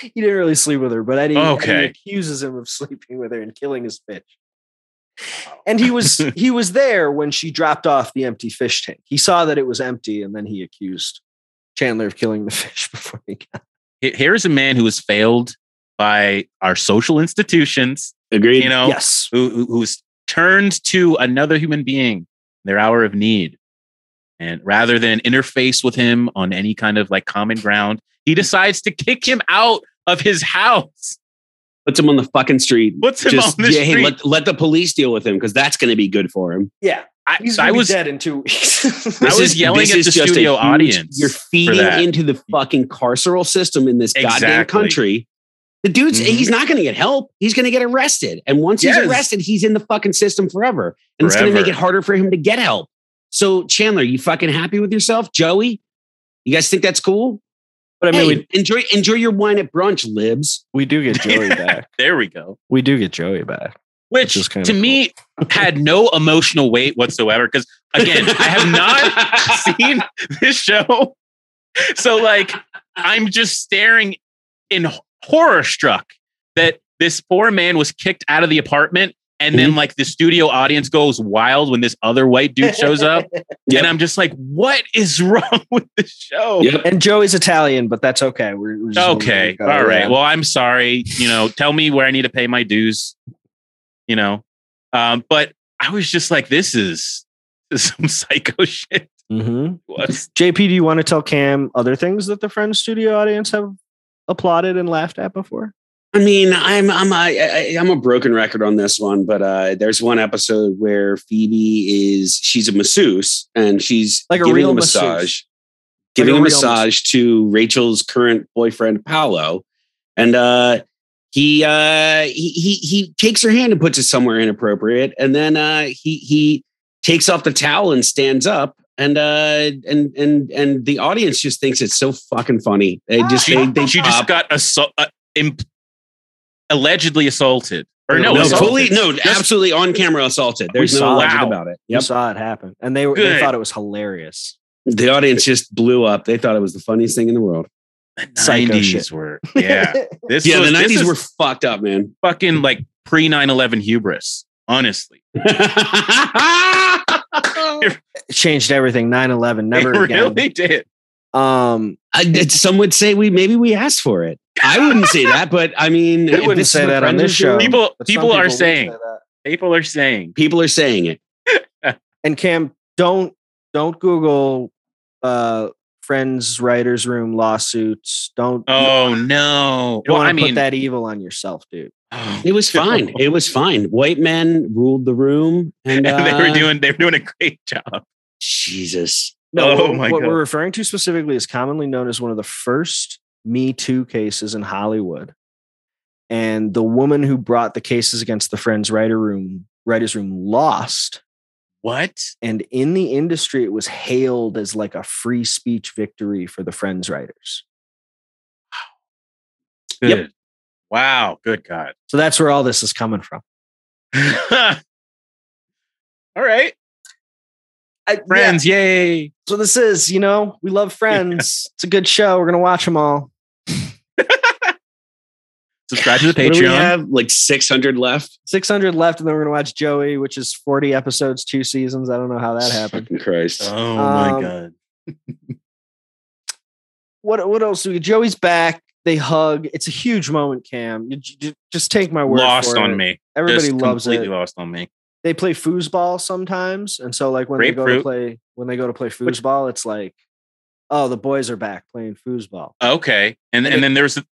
S1: He didn't really sleep with her, but Eddie,
S4: Okay.
S1: Eddie accuses him of sleeping with her and killing his fish. And he was he was there when she dropped off the empty fish tank. He saw that it was empty, and then he accused Chandler of killing the fish before he got.
S4: He- Here's a man who was failed by our social institutions,
S2: Agreed.
S4: you know,
S1: yes,
S4: who, who- who's turned to another human being in their hour of need. And rather than interface with him on any kind of like common ground,
S2: Hmm.
S4: he decides to kick him out of his house.
S2: Puts him on the fucking street.
S4: Puts him
S2: Just
S4: on the
S2: yeah, hey,
S4: street.
S2: let, let the police deal with him because that's going to be good for him.
S1: yeah.
S4: I,
S1: He's
S4: I
S1: gonna
S4: was
S1: be dead in two weeks.
S4: I was yelling
S2: this
S4: at
S2: is
S4: the
S2: just a
S4: studio
S2: huge-
S4: audience
S2: You're feeding
S4: that.
S2: into the fucking carceral system in this goddamn
S4: Exactly.
S2: country. The dude's
S4: Mhm.
S2: he's not going to get help. He's going to get arrested, and once
S4: Yes.
S2: he's arrested, he's in the fucking system forever, and it's going to
S4: Forever.
S2: make it harder for him to get help. So Chandler, you fucking happy with yourself, Joey? You guys think that's cool?
S1: but I mean,
S2: Hey,
S1: we,
S2: enjoy enjoy your wine at brunch, libs.
S1: we do get Joey
S4: Yeah.
S1: back.
S4: there we go.
S1: We do get Joey back.
S4: Which,
S1: is
S4: to
S1: kinda cool.
S4: me had no emotional weight whatsoever. Because again, I have not seen this show. So like I'm just staring in horror struck that this poor man was kicked out of the apartment and
S1: Mm-hmm.
S4: then like the studio audience goes wild when this other white dude shows up
S2: Yep.
S4: and I'm just like what is wrong with the show?
S2: Yep.
S1: And Joey's Italian, but that's okay. We're, we're just gonna let
S4: Okay.
S1: it go.
S4: All right.
S1: Yeah.
S4: Well, I'm sorry. You know, tell me where I need to pay my dues. You know, um, but I was just like, this is, this is some psycho shit.
S1: Mhm.
S4: What's
S1: JP, do you want to tell Cam other things that the Friends studio audience have applauded and laughed at before?
S2: I mean, I'm I'm I, I, I'm a broken record on this one, but uh, there's one episode where Phoebe is she's a masseuse and she's
S1: Like a
S2: giving
S1: real
S2: a
S1: masseuse.
S2: massage,
S1: Like a
S2: giving a,
S1: real
S2: massage to Rachel's current boyfriend Paolo, and uh, he uh, he he he takes her hand and puts it somewhere inappropriate, and then uh, he he takes off the towel and stands up. And uh and and and the audience just thinks it's so fucking funny. They just
S4: She,
S2: they, they
S4: she
S2: pop.
S4: just got assault, uh, imp- allegedly assaulted. Or no,
S2: no,
S4: assaulted.
S2: fully, no, absolutely on camera assaulted. There's no
S1: saw
S2: legend
S4: it.
S2: about it.
S1: You
S2: Yep.
S1: saw it happen, and they were they
S4: Good.
S1: thought it was hilarious.
S2: The audience just blew up. They thought it was the funniest thing in the world.
S1: Psycho shit.
S4: were. Yeah. This
S2: yeah,
S4: was,
S2: the
S4: this
S2: nineties
S4: is
S2: were fucked up, man.
S4: fucking like pre 9 11 hubris, honestly.
S2: I-
S1: It changed everything. 9-11, never
S4: it
S1: again.
S4: really did.
S1: Um,
S2: it- Some would say we maybe we asked for it. I wouldn't say that, but I mean,
S1: They wouldn't
S2: this is
S1: say
S2: what
S1: that on
S2: friends
S1: this
S2: are doing.
S1: show.
S4: People,
S1: but some
S4: people are
S1: would say
S4: saying,
S1: that.
S4: people are saying,
S2: People are saying it.
S1: And Cam, don't don't Google uh, Friends Writers Room lawsuits. Don't you
S4: oh no.
S1: don't
S4: Well,
S1: want to
S4: I mean,
S1: put that evil on yourself, dude.
S4: oh,
S2: It was fine. It was fine. White men ruled the room, and,
S4: and they
S2: uh,
S4: were doing, they were doing a great job.
S2: Jesus.
S1: No,
S4: Oh
S1: what,
S4: my
S1: what
S4: God.
S1: we're referring to specifically is commonly known as one of the first Me Too cases in Hollywood. And the woman who brought the cases against the Friends Writer Room Writers Room lost.
S4: What?
S1: And in the industry, it was hailed as like a free speech victory for the Friends writers.
S2: Yep.
S4: Good. Wow. Good God.
S1: So that's where all this is coming from.
S4: All right.
S1: I, yeah,
S4: Friends. Yay.
S1: So this is, you know, we love Friends. It's a good show. We're gonna watch them all.
S4: Subscribe to the
S2: What do we
S4: Patreon.
S2: have like six hundred left.
S1: Six hundred left, and then we're gonna watch Joey, which is forty episodes, two seasons. I don't know how that happened.
S2: Fucking Christ.
S1: Um,
S4: Oh my God.
S1: What what else? do we Joey's back. They hug. It's a huge moment, Cam. You, j- j- just take my word.
S4: Lost
S1: for
S4: on
S1: it.
S4: me.
S1: Everybody
S4: Just
S1: loves it.
S4: completely lost on me.
S1: They play foosball sometimes, and so like when they go to
S4: Grapefruit.
S1: play when they go to play foosball, it's like, oh, the boys are back playing foosball.
S4: Okay. And
S1: And
S4: and, then there's the,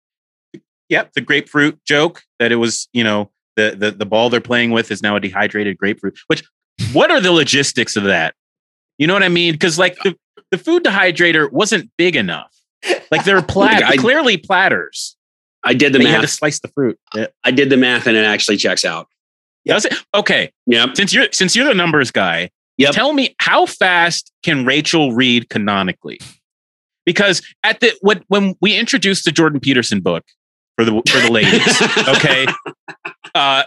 S4: yep, the grapefruit joke that it was, you know, the, the the ball they're playing with is now a dehydrated grapefruit. Which what are the logistics of that? You know what I mean? Because like the, the food dehydrator wasn't big enough. Like they're plat-
S2: I-
S4: clearly platters.
S2: I did the
S4: that you had
S2: math.
S4: to slice the fruit. Yeah.
S2: I did the math and it actually checks out.
S4: That was it. Okay.
S2: Yep.
S4: Since you're since you're the numbers guy,
S2: Yep.
S4: tell me how fast can Rachel read canonically? Because at the when when we introduced the Jordan Peterson book for the for the ladies, okay uh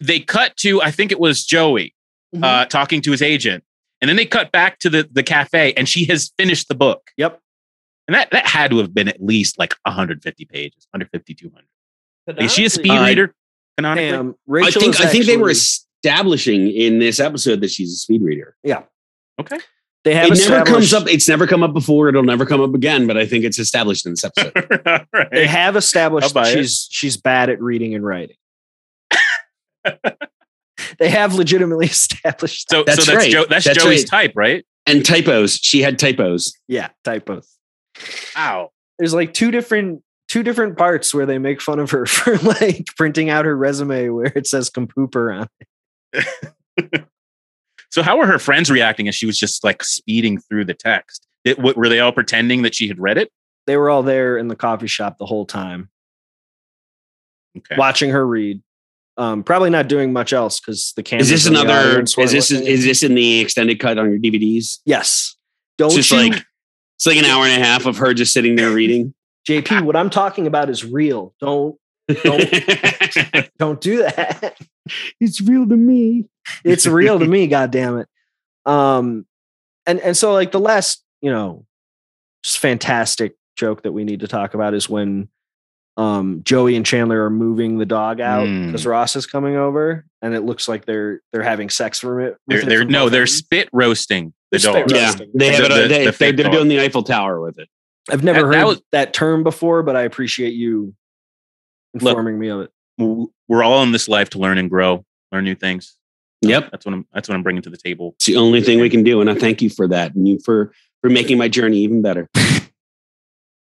S4: they cut to i think it was joey uh talking to his agent and then they cut back to the the cafe and she has finished the book
S1: Yep.
S4: and that that had to have been at least like 150 pages 150 200 is she a speed
S2: Uh,
S4: reader canonically
S1: Cam,
S2: I
S1: Rachel
S2: think
S1: is
S2: I think they were
S1: actually-
S2: establishing in this episode that she's a speed reader.
S4: okay
S1: They have
S2: It never comes
S1: established-
S2: up. It's never come up before. It'll never come up again. But I think it's established in this episode.
S4: All right.
S1: they have
S4: I'll
S1: established
S4: buy
S1: that
S4: it.
S1: she's she's bad at reading and writing. they have legitimately established
S4: so
S2: That's
S4: so that's
S2: right.
S4: Joe that's,
S2: That's
S4: joey's
S2: right.
S4: type right
S2: and typos. She had typos.
S1: yeah, typos.
S4: wow
S1: There's like two different two different parts where they make fun of her for like printing out her resume where it says compooper on.
S4: so how were her friends reacting as she was just like speeding through the text Did- what, were they all pretending that she had read it
S1: They were all there in the coffee shop the whole time
S4: okay
S1: watching her read. Um, probably not doing much else because the camera
S2: Is this another? Is this is this in the extended cut on your DVDs?
S1: yes? Don't
S2: It's just
S1: you,
S2: like it's like an hour and a half of her just sitting there reading.
S1: JP? What I'm talking about is real. Don't Nope. don't do that.
S2: it's real to me.
S1: it's real to me god damn it um and and so like the last you know just fantastic joke that we need to talk about is when um joey and chandler are moving the dog out
S4: Mm.
S1: because ross is coming over and it looks like they're they're having sex from it with
S4: They're,
S1: it
S4: they're
S1: from
S4: no,
S1: both
S4: they're
S1: ends.
S4: spit roasting the
S1: They're
S4: dog.
S1: spit
S2: Yeah,
S1: Roasting.
S2: they have
S4: The-
S2: it.
S4: the-
S2: They,
S4: the
S2: they,
S4: fake
S2: they're
S4: dog.
S2: doing the Eiffel Tower with it.
S1: i've never
S4: that-
S1: heard
S4: that
S1: that,
S4: was-
S1: term before but i appreciate you
S4: Look.
S1: informing me of it
S4: W- We're all in this life to learn and grow, learn new things.
S2: Yep.
S4: That's what I'm. That's what I'm bringing to the table.
S2: It's the only thing we can do, and I thank Oh, you for that, and you for for making my journey even better.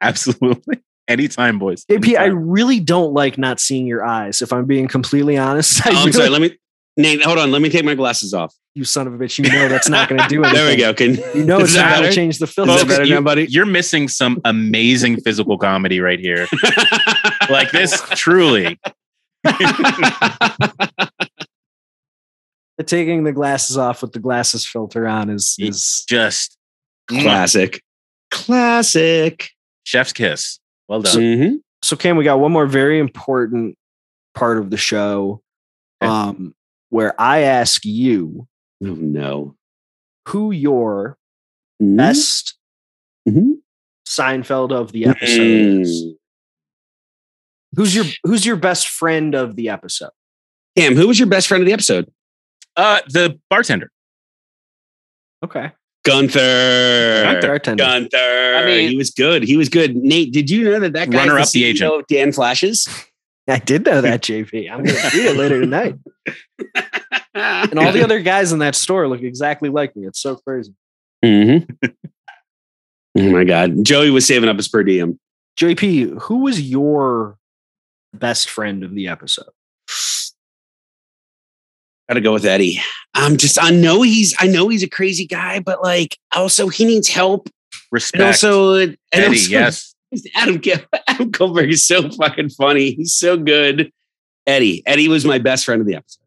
S4: Absolutely. Anytime, boys.
S1: JP, I
S4: Anytime.
S1: really don't like not seeing your eyes. If I'm being completely honest, I
S2: Oh, I'm
S1: really-
S2: sorry. Let me, Nate, hold on. Let me take my glasses off.
S1: you son of a bitch, you know that's not going to do anything.
S2: There we go. Can,
S1: You know
S2: Is
S1: it's
S2: that
S1: not going to
S2: better?
S1: change the filter.
S2: Is that better
S4: you,
S2: now, buddy?
S4: You're missing some amazing physical comedy right here. Like this, truly.
S1: But taking the glasses off with the glasses filter on is
S4: Ye-
S1: is
S4: Just
S2: Classic. Classic.
S4: chef's kiss. Well done.
S2: Mhm.
S1: so. Cam, we got one more very important part of the show,
S4: Okay.
S1: um, where I ask you
S2: Oh, no.
S1: who your
S2: Mm.
S4: Hmm?
S1: best
S2: Mhm.
S1: Seinfeld of the episode
S4: Hmm.
S1: is.
S2: Mm.
S1: Who's your Who's your best friend of the episode?
S2: Cam, who was your best friend of the episode?
S4: Uh, the bartender.
S1: Okay,
S2: Gunther.
S1: bartender.
S2: Gunther.
S6: I mean-
S2: he was good. He was good. Nate, did you know that that guy is
S4: Runner-up the
S2: CEO
S4: agent.
S2: of Dan Flashes?
S1: I did know that, JP. I'm going to see it later tonight. And all the other guys in that store look exactly like me. It's so crazy.
S2: Mm-hmm. oh my God. Joey was saving up his per diem.
S1: JP, who was your best friend of the episode?
S2: Gotta go with Eddie. I'm just I know he's I know he's a crazy guy, but like also he needs help.
S4: Respect.
S2: And also and
S4: Eddie,
S2: also-
S4: yes.
S2: Adam Gil- Adam Goldberg is so fucking funny. He's so good. Eddie. Eddie was my best friend of the episode.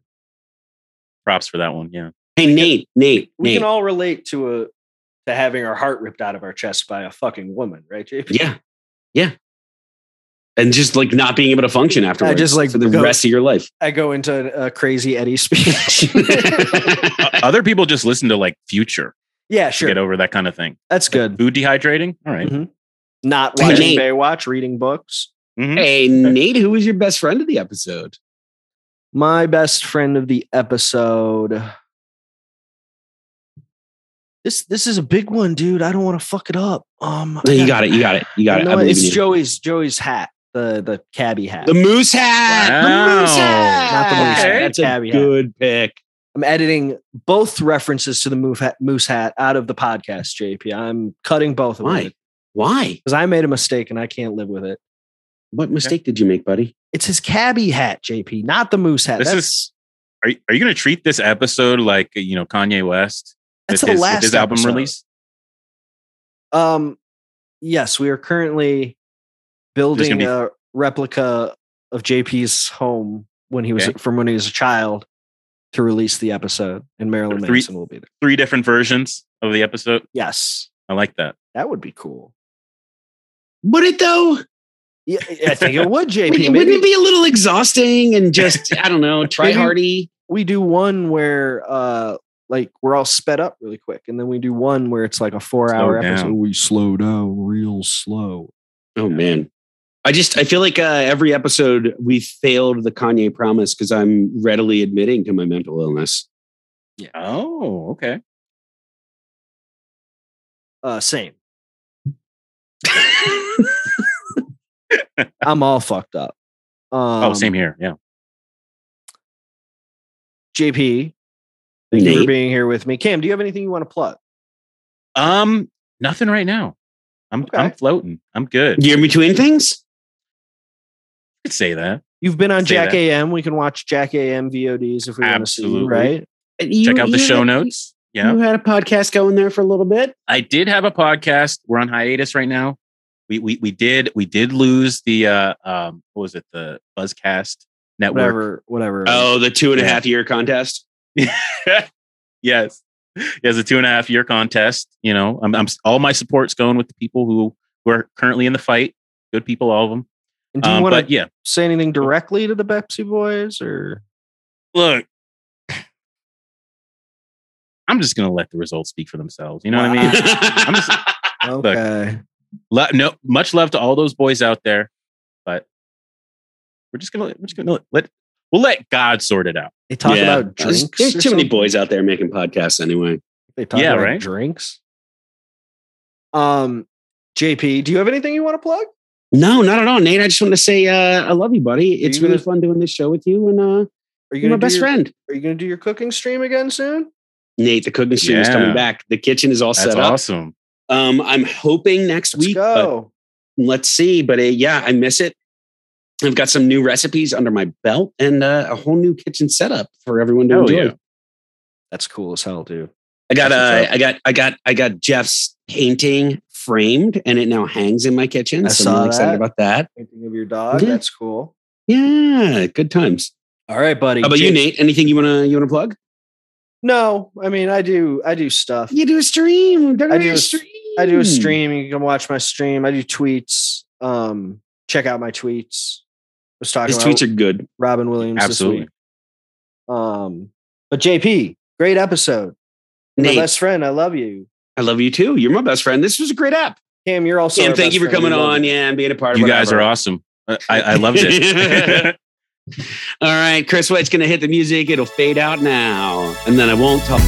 S4: Props for that one. Yeah.
S2: Hey Nate, Nate,
S1: We
S2: Nate.
S1: can all relate to a to having our heart ripped out of our chest by a fucking woman, right, JP?
S2: yeah. Yeah. And just like not being able to function afterwards.
S1: just, like,
S2: for the
S1: go-
S2: rest of your life.
S1: I go into a crazy Eddie speech.
S4: Other people just listen to like future
S1: yeah,
S4: to get
S1: sure.
S4: over that kind of thing.
S1: That's good.
S4: Food dehydrating. All right.
S1: Mhm. Not
S2: Hey,
S1: watching
S2: Nate.
S1: Baywatch, reading books.
S4: Mhm.
S2: hey Nate, who was your best friend of the episode?
S1: My best friend of the episode. This this is a big one, dude. I don't want to fuck it up. Um, I
S2: You got it. You got it. You got
S1: You
S2: it.
S1: know
S2: I
S1: what?
S2: believe
S1: it's
S2: in you.
S1: Joey's Joey's hat, the the cabbie hat.
S2: The moose hat. The moose
S4: Wow.
S2: hat.
S1: Not the moose hat,
S2: Okay.
S1: it's
S2: That's a
S1: cabbie hat.
S2: good pick.
S1: I'm editing both references to the move hat, moose hat out of the podcast, JP. I'm cutting both of
S2: Why?
S1: them
S2: Why?
S1: because I made a mistake and I can't live with it.
S2: What mistake did you make, buddy?
S1: It's his cabbie hat, JP, not the moose hat.
S4: This
S1: that's
S4: is. Are you, are you going to treat this episode like you know Kanye West?
S1: that's
S4: with
S1: the
S4: his, with
S1: last
S4: his album
S1: episode.
S4: release.
S1: Um, yes, we are currently building
S4: be-
S1: a replica of JP's home when he was
S4: Okay.
S1: from when he was a child to release the episode, and Marilyn
S4: Three-
S1: Manson will be there.
S4: Three different versions of the episode.
S1: Yes,
S4: I like that.
S1: that would be cool.
S2: Would it though?
S1: Yeah, I think it would, JP.
S2: Wouldn't,
S1: Maybe-
S2: wouldn't it be a little exhausting and just I don't know, try hardy?
S1: we do one where uh like we're all sped up really quick and then we do one where it's like a four
S4: Slow
S1: hour
S4: down.
S1: episode we slow down real slow
S2: Oh man. I just I feel like uh, every episode we failed the Kanye promise because I'm readily admitting to my mental illness.
S4: Oh, okay.
S1: uh same i'm all fucked up um,
S4: oh, same here. Yeah.
S1: jp thank you for
S2: Nate,
S1: being here with me cam do you have anything you want to plug
S4: Um, nothing right now. I'm
S1: Okay.
S4: I'm floating. I'm good. You
S2: you're in between things.
S4: could say that.
S1: you've been on
S4: Say
S1: jack
S4: that.
S1: am we can watch jack am vods if we want to see you,
S4: Absolutely.
S1: right
S2: Uh, You-
S4: Check out the
S2: you
S4: show
S2: had-
S4: notes.
S2: You,
S4: Yeah.
S2: had a podcast going there for a little bit.
S4: I did have a podcast. We're on hiatus right now. We we we did we did lose the uh um what was it the Buzzcast network.
S1: whatever whatever
S2: Oh, the two and a half
S4: Yeah.
S2: year contest.
S4: Yes. It was a two and a half year contest. You know, I'm, I'm all my support's going with the people who who are currently in the fight. Good people, all of them.
S1: and do you
S4: Um,
S1: want
S4: but
S1: to
S4: yeah,
S1: say anything directly to the pepsi boys or
S4: look, I'm just gonna let the results speak for themselves. You know what I mean?
S2: I'm
S4: just-
S1: okay
S4: Lo- no, much love to all those boys out there, but we're just gonna we're just gonna let, let we'll let God sort it out.
S1: they talk
S2: Yeah.
S1: about
S2: There's-
S1: drinks
S2: There's,
S1: or
S2: too many
S1: something?
S2: boys out there making podcasts anyway.
S1: They talk
S4: Yeah,
S1: about
S4: right?
S1: drinks. Um, JP, do you have anything you want to plug?
S2: No, not at all, Nate. I just want to say uh, I love you, buddy. It's
S1: you
S2: really
S1: gonna-
S2: fun doing this show with you, and uh,
S1: Are you
S2: you're my
S1: gonna do
S2: best
S1: your,
S2: friend.
S1: Are you gonna do your cooking stream again soon?
S2: Nate, the cooking stream is
S4: Yeah.
S2: coming back. The kitchen is all
S4: That's
S2: set up.
S4: awesome.
S2: Um, I'm hoping next
S1: Let's
S2: week. but
S1: go.
S2: let's see. But uh, yeah, I miss it. I've got some new recipes under my belt and uh, a whole new kitchen setup for everyone to
S4: Hell
S2: enjoy.
S4: yeah.
S1: That's cool as hell, dude.
S2: I got
S1: That's
S2: uh,
S1: what's
S2: I got I got I got Jeff's painting framed and it now hangs in my kitchen.
S1: I
S2: so I'm
S1: saw
S2: really excited
S1: that.
S2: about that.
S1: Thinking of your dog.
S2: Yeah.
S1: That's cool.
S2: Yeah, good times.
S1: All right, buddy.
S2: How about you,
S1: Jake-
S2: Nate? Anything you wanna you wanna plug?
S1: No, I mean I do. I do stuff.
S2: You do a stream. Don't
S1: I do a s-
S2: stream.
S1: I do a stream. You can watch my stream. I do tweets. Um, check out my tweets. I was talking
S2: His
S1: about
S2: tweets are good.
S1: Robin Williams
S4: Absolutely.
S1: this week. Um, but JP, great episode. You're
S2: Nate,
S1: My best friend, I love you.
S2: I love you too. You're my best friend. This was a great app.
S1: Cam, you're also.
S2: And
S1: our
S2: thank
S1: best
S2: you for
S1: friend.
S2: coming
S1: We love
S2: on. Yeah, and being a part of
S4: You guys
S2: whatever.
S4: are awesome. I, I I loved it.
S2: All right, Chris White's going to hit the music. It'll fade out now, and then I won't talk.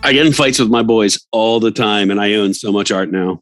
S2: I get in fights with my boys all the time, and I own so much art now.